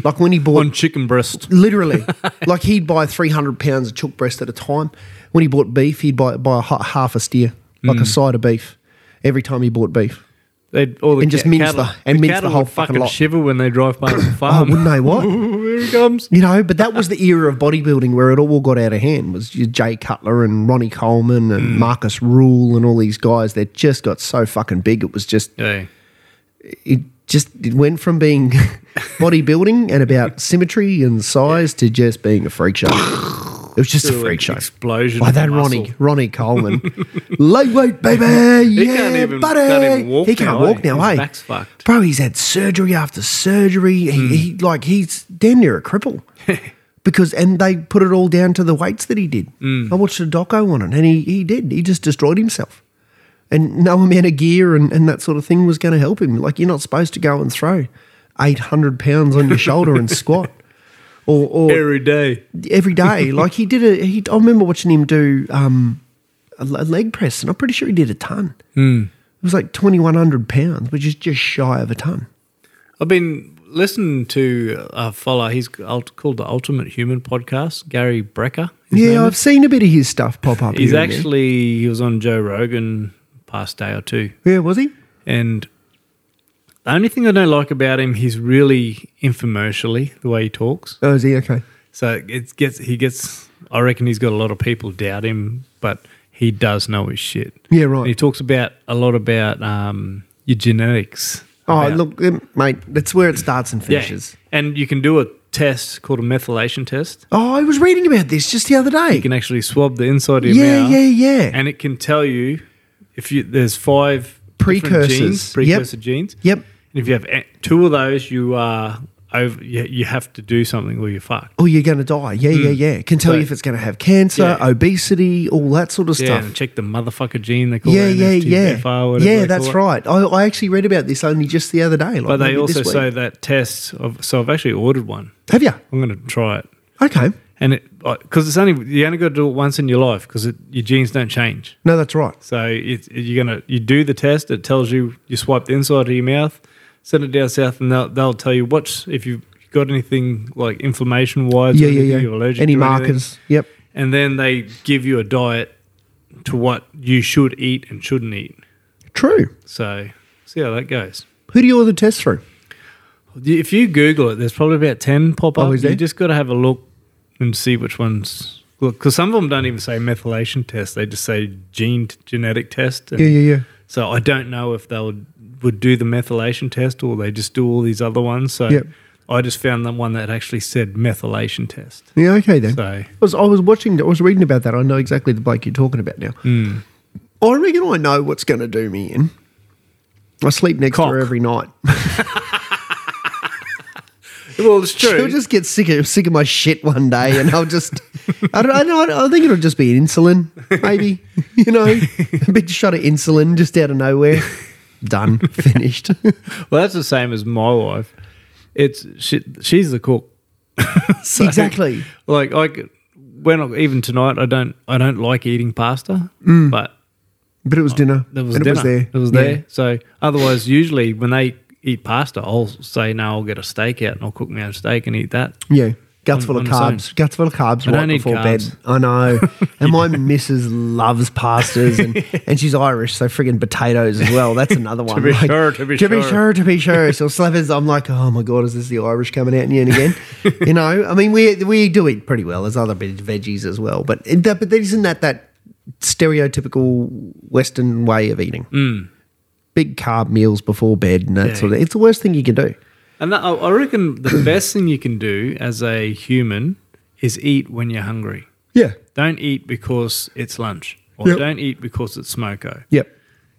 [SPEAKER 2] like when he bought
[SPEAKER 1] On chicken breast.
[SPEAKER 2] Literally, like he'd buy three hundred pounds of chook breast at a time. When he bought beef, he'd buy buy a ha- half a steer, like a side of beef, every time he bought beef.
[SPEAKER 1] They'd, all the
[SPEAKER 2] And just
[SPEAKER 1] ca-
[SPEAKER 2] mince
[SPEAKER 1] cattle-
[SPEAKER 2] the- and mince the
[SPEAKER 1] cattle
[SPEAKER 2] whole
[SPEAKER 1] would
[SPEAKER 2] fucking
[SPEAKER 1] fucking
[SPEAKER 2] lot.
[SPEAKER 1] shiver when they drive past the farm.
[SPEAKER 2] Oh, wouldn't they, what?
[SPEAKER 1] Here he comes.
[SPEAKER 2] You know, but that was the era of bodybuilding where it all got out of hand. Was your Jay Cutler and Ronnie Coleman and Marcus Rule and all these guys that just got so fucking big. It was just
[SPEAKER 1] Yeah.
[SPEAKER 2] it just it went from being bodybuilding and about symmetry and size to just being a freak show. It was just a freak show.
[SPEAKER 1] Explosion.
[SPEAKER 2] By
[SPEAKER 1] of
[SPEAKER 2] that
[SPEAKER 1] muscle.
[SPEAKER 2] Ronnie, Ronnie Coleman, lightweight baby,
[SPEAKER 1] He
[SPEAKER 2] yeah,
[SPEAKER 1] can't even-
[SPEAKER 2] buddy.
[SPEAKER 1] can't even walk
[SPEAKER 2] he can't
[SPEAKER 1] now,
[SPEAKER 2] walk
[SPEAKER 1] eh?
[SPEAKER 2] now,
[SPEAKER 1] His
[SPEAKER 2] hey?
[SPEAKER 1] back's fucked. Hmm.
[SPEAKER 2] Bro, he's had surgery after surgery. He, he like he's damn near a cripple because and they put it all
[SPEAKER 1] Hmm.
[SPEAKER 2] down to the weights that he did. I watched a doco on it, and he he did. He just destroyed himself. and no amount of gear and, and that sort of thing was going to help him. Like you're not supposed to go and throw 800 pounds on your shoulder and squat. Or, or
[SPEAKER 1] every day.
[SPEAKER 2] every day. like he did a, he, I remember watching him do um, a le- leg press, and I'm pretty sure he did a ton. It was like 2,100 pounds, which is just shy of a ton.
[SPEAKER 1] I've been listening to a fella. He's alt- called the Ultimate Human Podcast. Gary Brecker. his name
[SPEAKER 2] Yeah,
[SPEAKER 1] is.
[SPEAKER 2] I've seen a bit of his stuff pop up.
[SPEAKER 1] He's
[SPEAKER 2] here and there.
[SPEAKER 1] actually he was on Joe Rogan past day or two,
[SPEAKER 2] yeah, was he?
[SPEAKER 1] and the only thing I don't like about him, he's really infomercially the way he talks.
[SPEAKER 2] Oh, is he okay?
[SPEAKER 1] So it gets he gets. I reckon he's got a lot of people doubt him, but he does know his shit.
[SPEAKER 2] Yeah,
[SPEAKER 1] And he
[SPEAKER 2] right.
[SPEAKER 1] talks about a lot about um, your genetics.
[SPEAKER 2] Oh,
[SPEAKER 1] about-
[SPEAKER 2] look, um, mate, that's where it starts and
[SPEAKER 1] yeah,
[SPEAKER 2] finishes.
[SPEAKER 1] and you can do a test called a methylation test.
[SPEAKER 2] Oh, I was reading about this just the other
[SPEAKER 1] You
[SPEAKER 2] day.
[SPEAKER 1] can actually swab the inside of your
[SPEAKER 2] Yeah,
[SPEAKER 1] mouth.
[SPEAKER 2] yeah, yeah.
[SPEAKER 1] and it can tell you if you there's five different
[SPEAKER 2] Precursors.
[SPEAKER 1] genes,
[SPEAKER 2] Yep.
[SPEAKER 1] precursor genes.
[SPEAKER 2] Yep.
[SPEAKER 1] And if you have a- two of those, you are over. You, you have to do something, or you're fucked.
[SPEAKER 2] Oh, you're going to die. Yeah, yeah, yeah. It Can tell you
[SPEAKER 1] So-
[SPEAKER 2] if it's going to have cancer,
[SPEAKER 1] Yeah.
[SPEAKER 2] obesity, all that sort of
[SPEAKER 1] Yeah,
[SPEAKER 2] stuff.
[SPEAKER 1] and check the motherfucker gene. They call
[SPEAKER 2] Yeah,
[SPEAKER 1] it
[SPEAKER 2] yeah, yeah.
[SPEAKER 1] NFTFR, whatever
[SPEAKER 2] Yeah,
[SPEAKER 1] they
[SPEAKER 2] that's
[SPEAKER 1] call it.
[SPEAKER 2] right. I, I actually read about this only just the other day. Like
[SPEAKER 1] But they
[SPEAKER 2] maybe this
[SPEAKER 1] also
[SPEAKER 2] week.
[SPEAKER 1] say that tests. Of, so I've actually ordered one.
[SPEAKER 2] Have you?
[SPEAKER 1] I'm going to try it,
[SPEAKER 2] Okay.
[SPEAKER 1] and it because it's only you only got to do it once in your life because your genes don't change.
[SPEAKER 2] No, that's right.
[SPEAKER 1] So it, you're gonna you do the test. It tells you you swipe the inside of your mouth, send it down south, and they'll, they'll tell you what's if you've got anything like inflammation wise.
[SPEAKER 2] Yeah, yeah,
[SPEAKER 1] You're
[SPEAKER 2] yeah.
[SPEAKER 1] allergic
[SPEAKER 2] Any
[SPEAKER 1] to
[SPEAKER 2] markers? Yep.
[SPEAKER 1] anything. and then they give you a diet to what you should eat and shouldn't eat.
[SPEAKER 2] True.
[SPEAKER 1] So see how that goes.
[SPEAKER 2] Who do you order the test through?
[SPEAKER 1] If you Google it, there's probably about ten pop up.
[SPEAKER 2] Oh, is there?
[SPEAKER 1] You just got to have a look and see which ones. Look, because some of them don't even say methylation test; they just say gene genetic test. and-
[SPEAKER 2] Yeah, yeah, yeah.
[SPEAKER 1] So I don't know if they would, would do the methylation test or they just do all these other ones. So
[SPEAKER 2] Yep.
[SPEAKER 1] I just found the one that actually said methylation test.
[SPEAKER 2] Yeah, okay then.
[SPEAKER 1] So
[SPEAKER 2] I was, I was watching, I was reading about that. I know exactly the bloke you're talking about now.
[SPEAKER 1] Hmm.
[SPEAKER 2] I reckon I know what's going to do me in. I sleep next to her
[SPEAKER 1] Cock.
[SPEAKER 2] every night.
[SPEAKER 1] well, it's
[SPEAKER 2] She'll just get sick of sick of my shit one day, and I'll just. I don't, I don't. I think it'll just be an insulin, maybe. You know, a big shot of insulin just out of nowhere. Done. Finished.
[SPEAKER 1] Well, that's the same as my wife. It's she, she's the cook. So,
[SPEAKER 2] exactly.
[SPEAKER 1] Like I could- when I, even tonight I don't I don't like eating pasta, but
[SPEAKER 2] But it was dinner.
[SPEAKER 1] there was
[SPEAKER 2] and
[SPEAKER 1] dinner.
[SPEAKER 2] It was there.
[SPEAKER 1] Mm. It was
[SPEAKER 2] Yeah.
[SPEAKER 1] there. So otherwise, usually when they eat pasta, I'll say no, I'll get a steak out and I'll cook my own steak and eat that.
[SPEAKER 2] Yeah. Guts
[SPEAKER 1] On-
[SPEAKER 2] full
[SPEAKER 1] on
[SPEAKER 2] of
[SPEAKER 1] its own.
[SPEAKER 2] carbs. Guts full of carbs
[SPEAKER 1] I
[SPEAKER 2] right
[SPEAKER 1] don't need
[SPEAKER 2] before
[SPEAKER 1] carbs.
[SPEAKER 2] bed. I know. And my missus loves pastas and, and she's Irish, so friggin' potatoes as well. That's another one.
[SPEAKER 1] be sure, to be
[SPEAKER 2] to be
[SPEAKER 1] sure.
[SPEAKER 2] sure, to be sure. So Slavers, I'm like, oh my god, is this the Irish coming out in you again? you know, I mean, we we do eat pretty well. There's other bit of veggies as well, but it- that, but isn't that that stereotypical Western way of eating? Big carb meals before bed and that
[SPEAKER 1] Mm. Yeah.
[SPEAKER 2] sort of. It's the worst thing you can do.
[SPEAKER 1] And that, I I reckon the best thing you can do as a human is eat when you're hungry.
[SPEAKER 2] Yeah.
[SPEAKER 1] Don't eat because it's lunch, or
[SPEAKER 2] Yep.
[SPEAKER 1] don't eat because it's smoko.
[SPEAKER 2] Yep.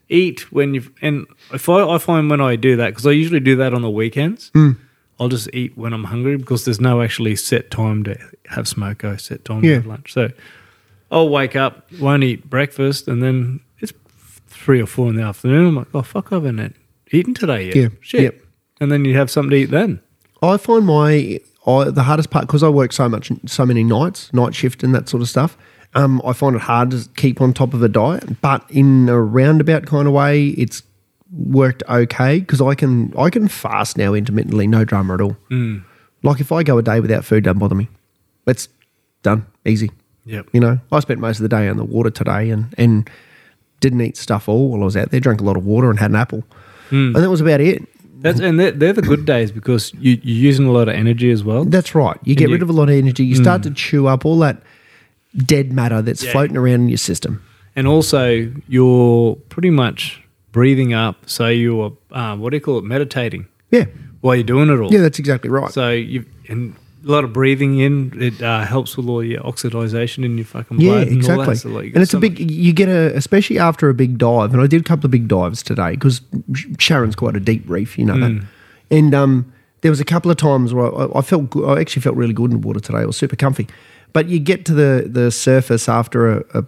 [SPEAKER 1] Eat when you've and if I, I find when I do that because I usually do that on the weekends,
[SPEAKER 2] Hmm.
[SPEAKER 1] I'll just eat when I'm hungry because there's no actually set time to have smoko, set time to
[SPEAKER 2] Yeah.
[SPEAKER 1] have lunch. So I'll wake up, won't eat breakfast, and then it's three or four in the afternoon. I'm like, oh fuck, I haven't had- eaten today yet.
[SPEAKER 2] Yeah.
[SPEAKER 1] Shit.
[SPEAKER 2] Yep.
[SPEAKER 1] And then you have something to eat then.
[SPEAKER 2] I find my I, the hardest part because I work so much, so many nights, night shift and that sort of stuff. Um, I find it hard to keep on top of a diet, but in a roundabout kind of way, it's worked okay because I can I can fast now intermittently, no drama at all. Like if I go a day without food, doesn't bother me. It's done, easy.
[SPEAKER 1] Yep.
[SPEAKER 2] You know, I spent most of the day on the water today and and didn't eat stuff all while I was out there. Drank a lot of water and had an apple, and that was about it.
[SPEAKER 1] That's and they're, they're the good days because you, you're using a lot of energy as well.
[SPEAKER 2] That's right. You get
[SPEAKER 1] you- Mm.
[SPEAKER 2] rid of a lot of energy. You start to chew up all that dead matter that's
[SPEAKER 1] Yeah.
[SPEAKER 2] floating around in your system.
[SPEAKER 1] And also, you're pretty much breathing up. So you're, um, what do you call it, meditating
[SPEAKER 2] Yeah.
[SPEAKER 1] while you're doing it all.
[SPEAKER 2] Yeah, that's exactly right.
[SPEAKER 1] So you and a lot of breathing in it uh, helps with all your oxidization in your fucking
[SPEAKER 2] yeah,
[SPEAKER 1] blood. And, all
[SPEAKER 2] exactly.
[SPEAKER 1] that. So, like, you
[SPEAKER 2] and
[SPEAKER 1] got
[SPEAKER 2] it's
[SPEAKER 1] so
[SPEAKER 2] a big, you get a, especially after a big dive. And I did a couple of big dives today because Sharon's quite a deep reef, you know
[SPEAKER 1] Mm.
[SPEAKER 2] that. And um, there was a couple of times where I, I felt, good, I actually felt really good in the water today. It was super comfy. But you get to the, the surface after a, a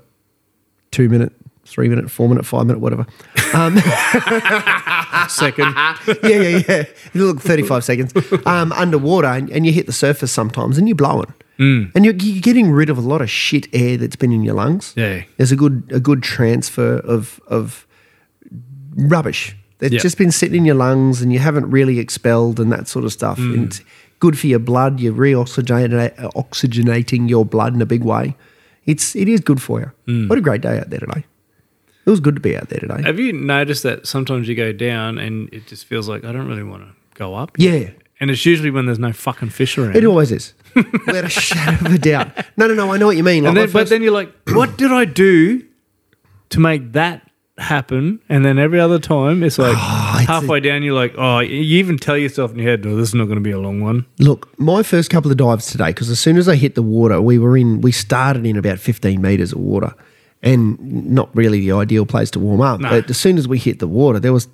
[SPEAKER 2] two minute, three minute, four minute, five minute, whatever. Um,
[SPEAKER 1] Second.
[SPEAKER 2] yeah, yeah, yeah. You look 35 seconds um, underwater and, and you hit the surface sometimes and you're blowing. And you're, you're getting rid of a lot of shit air that's been in your lungs.
[SPEAKER 1] Yeah.
[SPEAKER 2] There's a good a good transfer of, of rubbish that's
[SPEAKER 1] Yeah.
[SPEAKER 2] just been sitting in your lungs and you haven't really expelled and that sort of stuff.
[SPEAKER 1] Mm.
[SPEAKER 2] And it's good for your blood. You're reoxygenating oxygenating your blood in a big way. It's, it is good for you.
[SPEAKER 1] Mm.
[SPEAKER 2] What a great day out there today. It was good to be out there today.
[SPEAKER 1] Have you noticed that sometimes you go down and it just feels like I don't really want to go up?
[SPEAKER 2] yeah.
[SPEAKER 1] And it's usually when there's no fucking fish around.
[SPEAKER 2] It always is. Without a shadow of a doubt. No, no, no. I know what you mean. Like
[SPEAKER 1] and
[SPEAKER 2] my
[SPEAKER 1] then, but
[SPEAKER 2] first-
[SPEAKER 1] then you're like, what did I do to make that happen? And then every other time, it's like
[SPEAKER 2] it's
[SPEAKER 1] halfway down, you're like, oh, you even tell yourself in your head, no, this is not going to be a long one.
[SPEAKER 2] look, my first couple of dives today, because as soon as I hit the water, we were in. We started in about fifteen meters of water, and not really the ideal place to warm up.
[SPEAKER 1] No.
[SPEAKER 2] But as soon as we hit the water, there was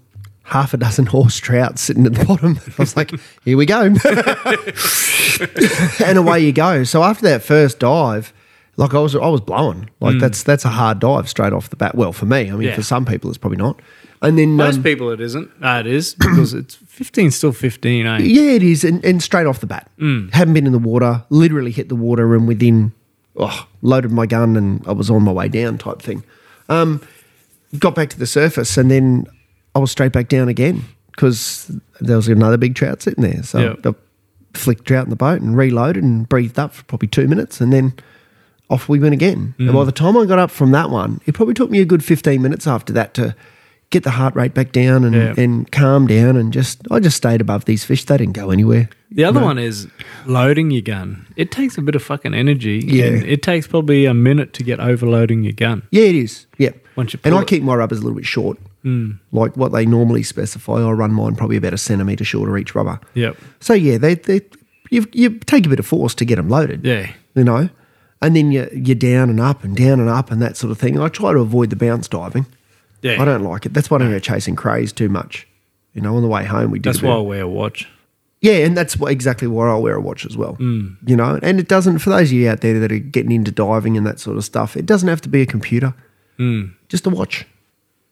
[SPEAKER 2] half a dozen horse trout sitting at the bottom. I was like, here we go. and away you go. So after that first dive, like I was, I was blowing. Like that's that's a hard dive straight off the bat. Well, for me, I mean,
[SPEAKER 1] Mm. Yeah.
[SPEAKER 2] for some people, it's probably not. And then um,
[SPEAKER 1] Most people, it isn't. Ah, it is because it's 15, still 15, eh?
[SPEAKER 2] Yeah, it is, and, and straight off the bat, hadn't been in the water. Literally hit the water, and within, oh, loaded my gun, and I was on my way down, type thing. Um, got back to the surface, and then I was straight back down again because there was another big trout sitting there. So
[SPEAKER 1] Yeah.
[SPEAKER 2] I flicked trout in the boat and reloaded and breathed up for probably two minutes, and then off we went again. And by the time I got up from that one, it probably took me a good 15 minutes after that to get the heart rate back down and,
[SPEAKER 1] Yeah.
[SPEAKER 2] and calm down. And just, I just stayed above these fish. They didn't go anywhere.
[SPEAKER 1] The other one is loading your gun. It takes a bit of fucking energy.
[SPEAKER 2] Yeah.
[SPEAKER 1] and it takes probably a minute to get overloading your gun.
[SPEAKER 2] Yeah, it is. Yeah.
[SPEAKER 1] Once you
[SPEAKER 2] and
[SPEAKER 1] pull
[SPEAKER 2] I
[SPEAKER 1] it. Hmm.
[SPEAKER 2] keep my rubbers a little bit short. Mm. Like what they normally specify, I run mine probably about a centimetre shorter each rubber.
[SPEAKER 1] Yep.
[SPEAKER 2] So yeah, they, they you, you take a bit of force to get them loaded.
[SPEAKER 1] Yeah.
[SPEAKER 2] you know, and then you you're down and up and down and up and that sort of thing. I try to avoid the bounce diving.
[SPEAKER 1] Yeah.
[SPEAKER 2] I don't like it. That's why I don't go chasing craze too much. You know, on the way home we did.
[SPEAKER 1] That's
[SPEAKER 2] a bit-
[SPEAKER 1] why I wear a watch.
[SPEAKER 2] Yeah, and that's why, exactly why I wear a watch as well. Mm. You know, and it doesn't for those of you out there that are getting into diving and that sort of stuff. It doesn't have to be a computer. Mm. Just a watch.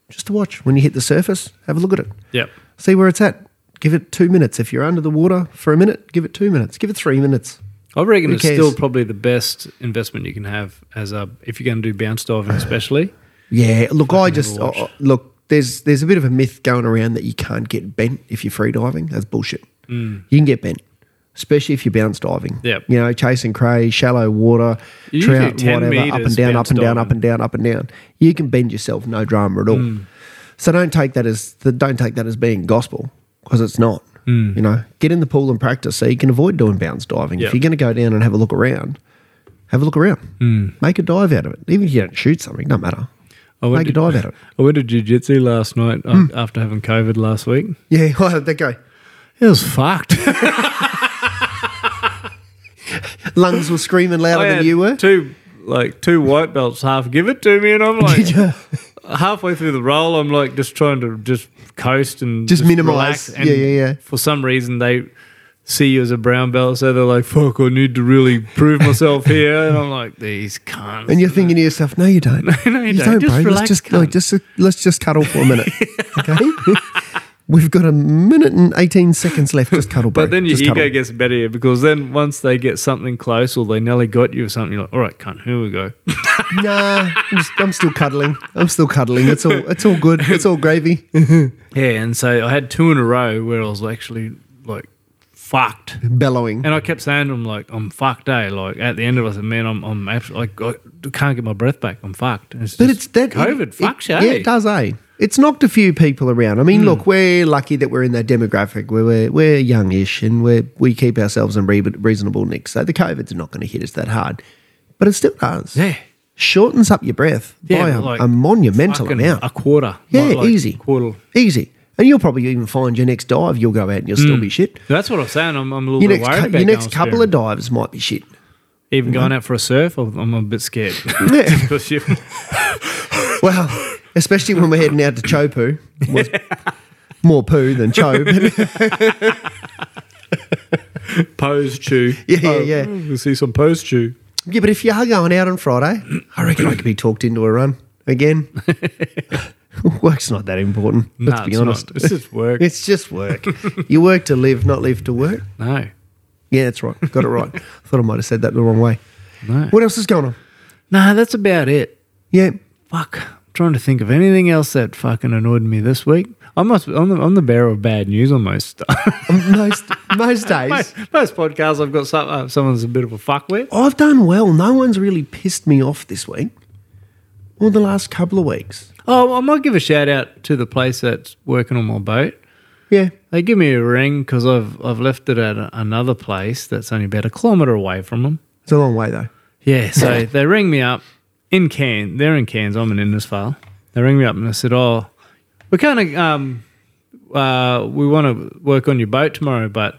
[SPEAKER 2] Just a watch. When you hit the surface, have a look at it.
[SPEAKER 1] Yep.
[SPEAKER 2] See where it's at. Give it two minutes. If you're under the water for a minute, give it two minutes. Give it three minutes.
[SPEAKER 1] I reckon
[SPEAKER 2] Who
[SPEAKER 1] it's
[SPEAKER 2] cares?
[SPEAKER 1] still probably the best investment you can have as a if you're going to do bounce diving, especially.
[SPEAKER 2] Yeah, look, I just
[SPEAKER 1] never watched.
[SPEAKER 2] I- I- look. There's there's a bit of a myth going around that you can't get bent if you're free diving. That's bullshit. You can get bent, especially if you're bounce diving.
[SPEAKER 1] Hmm. Yep.
[SPEAKER 2] You know, chasing cray, shallow water,
[SPEAKER 1] You usually
[SPEAKER 2] trout,
[SPEAKER 1] 10
[SPEAKER 2] whatever, up and
[SPEAKER 1] metres
[SPEAKER 2] down, up
[SPEAKER 1] bounce
[SPEAKER 2] and down, up
[SPEAKER 1] diving. Hmm.
[SPEAKER 2] and down, up and down. You can bend yourself, no drama at all. So don't take that as the, don't take that as being gospel because it's not.
[SPEAKER 1] Hmm.
[SPEAKER 2] You know, get in the pool and practice so you can avoid doing bounce diving.
[SPEAKER 1] Yep.
[SPEAKER 2] If you're going to go down and have a look around, have a look around. Make a dive out of it. Even if you don't shoot something, no matter.
[SPEAKER 1] I went,
[SPEAKER 2] Make a
[SPEAKER 1] to,
[SPEAKER 2] dive at it.
[SPEAKER 1] I went to jiu-jitsu last night
[SPEAKER 2] Hmm.
[SPEAKER 1] uh, after having COVID last week.
[SPEAKER 2] Yeah, how did that go?
[SPEAKER 1] It was fucked.
[SPEAKER 2] Lungs were screaming
[SPEAKER 1] I
[SPEAKER 2] louder
[SPEAKER 1] had
[SPEAKER 2] than Oh, you were.
[SPEAKER 1] Two like two white belts half give it to me and I'm like halfway through the roll I'm like just trying to just coast and
[SPEAKER 2] Just minimise.
[SPEAKER 1] relax,
[SPEAKER 2] Yeah, yeah, yeah.
[SPEAKER 1] For some reason they see you as a brown belt so they're like fuck I need to really prove myself here and I'm like these cunts.
[SPEAKER 2] And you're thinking to yourself, no, you don't.
[SPEAKER 1] no, you don't. Just
[SPEAKER 2] bro.
[SPEAKER 1] relax,
[SPEAKER 2] Let's just, like,
[SPEAKER 1] cunt."
[SPEAKER 2] just, let's just cuddle for a minute. okay? We've got a minute and 18 seconds left. Just cuddle, bro.
[SPEAKER 1] But then your
[SPEAKER 2] just
[SPEAKER 1] ego
[SPEAKER 2] cuddle.
[SPEAKER 1] gets better here because then once they get something close or they nearly got you or something, you're like, all right, cunt, here we go.
[SPEAKER 2] Nah, I'm, just, I'm still cuddling. I'm still cuddling. It's all, it's all good. It's all gravy.
[SPEAKER 1] yeah, and so I had two in a row where I was actually like fucked.
[SPEAKER 2] Bellowing.
[SPEAKER 1] And I kept saying to him, like, I'm fucked, eh? Like, at the end of it, I said, man, I'm, I'm absolutely, like, I can't get my breath back. I'm fucked. And it's
[SPEAKER 2] But
[SPEAKER 1] just
[SPEAKER 2] it's that
[SPEAKER 1] COVID
[SPEAKER 2] it-
[SPEAKER 1] fucks
[SPEAKER 2] it-
[SPEAKER 1] you,
[SPEAKER 2] Yeah,
[SPEAKER 1] eh? Hmm.
[SPEAKER 2] it does, eh? It's knocked a few people around. I mean, look, we're lucky that we're in that demographic where we're, we're youngish and we're, we keep ourselves in re- reasonable nick. So the COVID's not going to hit us that hard, but it still does.
[SPEAKER 1] Yeah.
[SPEAKER 2] Shortens up your breath
[SPEAKER 1] Yeah,
[SPEAKER 2] by a,
[SPEAKER 1] but like
[SPEAKER 2] a monumental
[SPEAKER 1] Fucking
[SPEAKER 2] amount.
[SPEAKER 1] A quarter.
[SPEAKER 2] yeah,
[SPEAKER 1] Like, like,
[SPEAKER 2] easy.
[SPEAKER 1] Quarter.
[SPEAKER 2] Easy. And you'll probably even find your next dive, you'll go out and you'll
[SPEAKER 1] Hmm.
[SPEAKER 2] still be shit.
[SPEAKER 1] That's what I'm saying. I'm, I'm a little
[SPEAKER 2] Your
[SPEAKER 1] bit
[SPEAKER 2] next,
[SPEAKER 1] worried
[SPEAKER 2] cou-
[SPEAKER 1] about
[SPEAKER 2] your
[SPEAKER 1] going
[SPEAKER 2] next couple
[SPEAKER 1] swimming.
[SPEAKER 2] of dives might be shit.
[SPEAKER 1] Even going out for a surf, I'm I'm a bit scared.
[SPEAKER 2] Yeah.
[SPEAKER 1] Because you-
[SPEAKER 2] Well, especially when we're heading out to Chopu. Was more poo than Cho. but-
[SPEAKER 1] Pose chew.
[SPEAKER 2] Yeah, yeah,
[SPEAKER 1] Oh,
[SPEAKER 2] yeah.
[SPEAKER 1] We'll see some pose chew.
[SPEAKER 2] yeah, but if you are going out on Friday, I reckon I could be talked into a run. again. Work's not that important.
[SPEAKER 1] No,
[SPEAKER 2] Let's be
[SPEAKER 1] it's
[SPEAKER 2] honest.
[SPEAKER 1] Not. It's just work.
[SPEAKER 2] It's just work. you work to live, not live to work.
[SPEAKER 1] no,
[SPEAKER 2] Yeah, that's right. Got it right. Thought I might have said that the wrong way.
[SPEAKER 1] no.
[SPEAKER 2] What else is going on?
[SPEAKER 1] No, that's about it.
[SPEAKER 2] Yeah.
[SPEAKER 1] Fuck. I'm trying to think of anything else that fucking annoyed me this week. I must. I'm the, I'm the bearer of bad news on most stuff.
[SPEAKER 2] um, Most most days.
[SPEAKER 1] most, most podcasts, I've got some, uh, someone's a bit of a fuck with.
[SPEAKER 2] I've done well. No one's really pissed me off this week. Or the last couple of weeks.
[SPEAKER 1] Oh, I might give a shout out to the place that's working on my boat.
[SPEAKER 2] Yeah.
[SPEAKER 1] They give me a ring because I've I've left it at a, another place that's only about a kilometre away from them.
[SPEAKER 2] It's a long way though.
[SPEAKER 1] Yeah, so they ring me up in Cairns. They're in Cairns. I'm in Innisfail. They ring me up and they said, "Oh, we kind of um, uh, we want to work on your boat tomorrow, but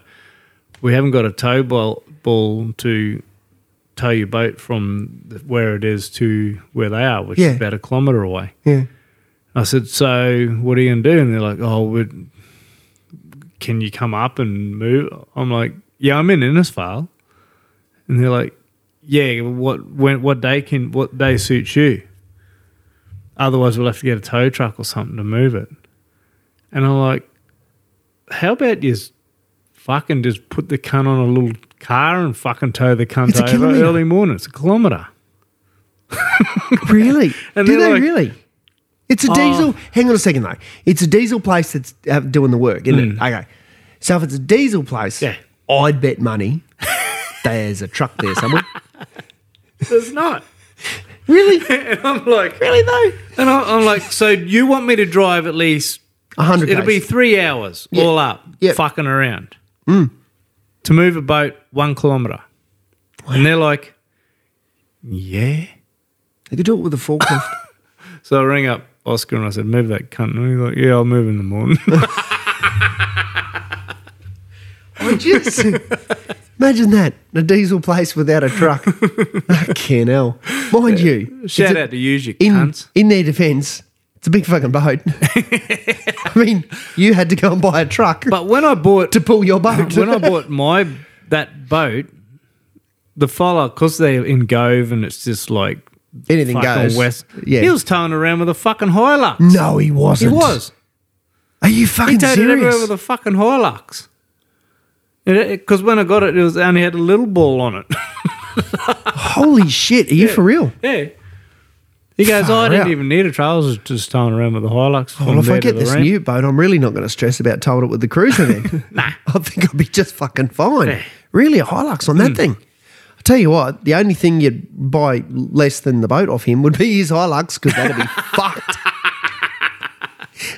[SPEAKER 1] we haven't got a tow ball, ball to tow your boat from the, where it is to where they are, which
[SPEAKER 2] Yeah.
[SPEAKER 1] is about a kilometre away."
[SPEAKER 2] Yeah.
[SPEAKER 1] I said, "So what are you gonna do?" And they're like, "Oh, we can you come up and move?" I'm like, "Yeah, I'm in Innisfail," and they're like, "Yeah, what when what day can what day suits you? Otherwise, we'll have to get a tow truck or something to move it." And I'm like, "How about you s- fucking just put the cunt on a little car and fucking tow the cunt
[SPEAKER 2] It's a
[SPEAKER 1] over
[SPEAKER 2] kilometre.
[SPEAKER 1] early morning? It's a kilometre."
[SPEAKER 2] Really?
[SPEAKER 1] And
[SPEAKER 2] Do
[SPEAKER 1] they're
[SPEAKER 2] they
[SPEAKER 1] like-
[SPEAKER 2] really? It's a
[SPEAKER 1] Oh.
[SPEAKER 2] diesel. Hang on a second though. It's a diesel place that's uh, doing the work, isn't it? Okay. So if it's a diesel place,
[SPEAKER 1] Mm. Yeah.
[SPEAKER 2] I'd bet money there's a truck there somewhere.
[SPEAKER 1] There's not.
[SPEAKER 2] really?
[SPEAKER 1] and I'm like,
[SPEAKER 2] Really though?
[SPEAKER 1] And I, I'm like, so you want me to drive at least?
[SPEAKER 2] A hundred.
[SPEAKER 1] It'll be
[SPEAKER 2] Ks.
[SPEAKER 1] three hours all up,
[SPEAKER 2] Yeah. Mm.
[SPEAKER 1] fucking around to move a boat one kilometer. And they're like, yeah.
[SPEAKER 2] They could do it with a forklift.
[SPEAKER 1] So I rang up Oscar and I said, move that cunt. And he's like, yeah, I'll move in the morning. Oh,
[SPEAKER 2] I just imagine that a diesel place without a truck. Fucking hell, mind you.
[SPEAKER 1] Shout
[SPEAKER 2] it's a-
[SPEAKER 1] out to use your
[SPEAKER 2] in
[SPEAKER 1] cunts.
[SPEAKER 2] in their defence, it's a big fucking boat. I mean, you had to go and buy a truck
[SPEAKER 1] But when I bought
[SPEAKER 2] to pull your boat.
[SPEAKER 1] when I bought my that boat, the fella, because they're in Gove and it's just like
[SPEAKER 2] Anything
[SPEAKER 1] fucking
[SPEAKER 2] goes.
[SPEAKER 1] west.
[SPEAKER 2] Yeah.
[SPEAKER 1] He was towing around with a fucking Hilux.
[SPEAKER 2] no, he
[SPEAKER 1] he
[SPEAKER 2] wasn't.
[SPEAKER 1] was.
[SPEAKER 2] Are you fucking
[SPEAKER 1] He towed it everywhere
[SPEAKER 2] serious?
[SPEAKER 1] with a fucking Hilux. Because when I got it, it was only had a little ball on it.
[SPEAKER 2] Holy shit! Are you for real?
[SPEAKER 1] yeah. He goes, oh, I
[SPEAKER 2] Far
[SPEAKER 1] didn't
[SPEAKER 2] out. Oh,
[SPEAKER 1] even need a trowel. I was just towing around with the Hilux. from
[SPEAKER 2] Well, if
[SPEAKER 1] there
[SPEAKER 2] I
[SPEAKER 1] to
[SPEAKER 2] get
[SPEAKER 1] the
[SPEAKER 2] this
[SPEAKER 1] ramp."
[SPEAKER 2] new boat, I'm really not going to stress about towing it with the cruiser then. nah. I think I'll be just fucking fine.
[SPEAKER 1] Yeah. Mm.
[SPEAKER 2] Really, a Hilux on that thing. I tell you what, the only thing you'd buy less than the boat off him would be his Hilux because that'd be fucked.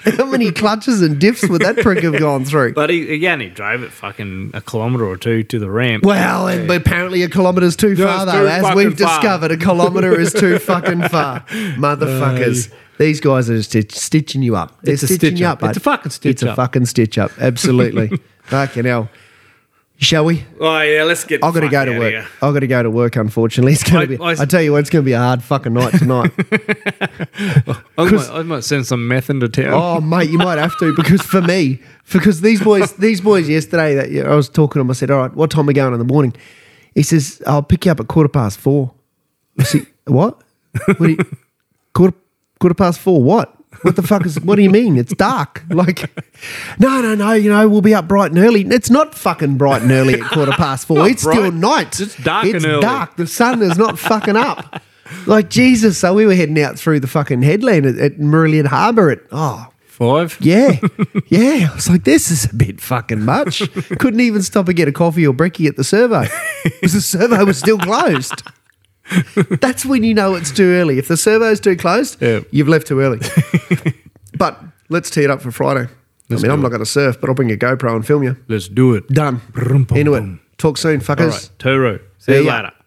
[SPEAKER 2] How many clutches and diffs would that prick have gone through?
[SPEAKER 1] But he, again, he drove it fucking a kilometre or two to the ramp.
[SPEAKER 2] Well, and apparently a kilometre's too far,
[SPEAKER 1] it's
[SPEAKER 2] though.
[SPEAKER 1] too
[SPEAKER 2] As
[SPEAKER 1] fucking
[SPEAKER 2] we've
[SPEAKER 1] far.
[SPEAKER 2] discovered, a kilometre is too fucking far. Motherfuckers. These guys are just stitching you up. They're
[SPEAKER 1] It's a
[SPEAKER 2] stitching
[SPEAKER 1] stitch
[SPEAKER 2] you
[SPEAKER 1] up.
[SPEAKER 2] up. bud.
[SPEAKER 1] It's a fucking stitch
[SPEAKER 2] It's a
[SPEAKER 1] up.
[SPEAKER 2] fucking stitch up. Absolutely. fucking hell. Shall we?
[SPEAKER 1] oh, yeah, let's get
[SPEAKER 2] I've got to go to work. I've got to go to work, unfortunately. It's going
[SPEAKER 1] I-
[SPEAKER 2] to be,
[SPEAKER 1] I
[SPEAKER 2] I,
[SPEAKER 1] s-
[SPEAKER 2] tell you what, it's going to be a hard fucking night tonight.
[SPEAKER 1] I might, I might send some meth into town.
[SPEAKER 2] oh, mate, you might have to because for me, because these boys, these boys yesterday, that yeah, I was talking to them, I said, all right, what time are we going in the morning? He says, I'll pick you up at quarter past four. I said, what? what do you, quarter, quarter past four, what? What the fuck is, what do you mean? It's dark. Like, no, no, no, you know, we'll be up bright and early. It's not fucking bright and early at quarter past four. it's still
[SPEAKER 1] bright.
[SPEAKER 2] night.
[SPEAKER 1] It's dark and early.
[SPEAKER 2] dark. The sun is not fucking up. Like, Jesus. So we were heading out through the fucking headland at, at Marillion Harbour at, oh,
[SPEAKER 1] Five?
[SPEAKER 2] yeah. Yeah. I was like, this is a bit fucking much. Couldn't even stop and get a coffee or brekkie at the servo because the servo was still closed. That's when you know it's too early. If the servo's too closed,
[SPEAKER 1] Yeah.
[SPEAKER 2] you've left too early. but let's tee it up for Friday. I mean, I'm not going to surf, but I'll bring a GoPro and film you.
[SPEAKER 1] Let's do it.
[SPEAKER 2] Done.
[SPEAKER 1] Brum, bum,
[SPEAKER 2] Into
[SPEAKER 1] bum.
[SPEAKER 2] it. Talk soon,
[SPEAKER 1] All
[SPEAKER 2] fuckers.
[SPEAKER 1] right, Toro. See
[SPEAKER 2] See
[SPEAKER 1] you
[SPEAKER 2] ya.
[SPEAKER 1] later.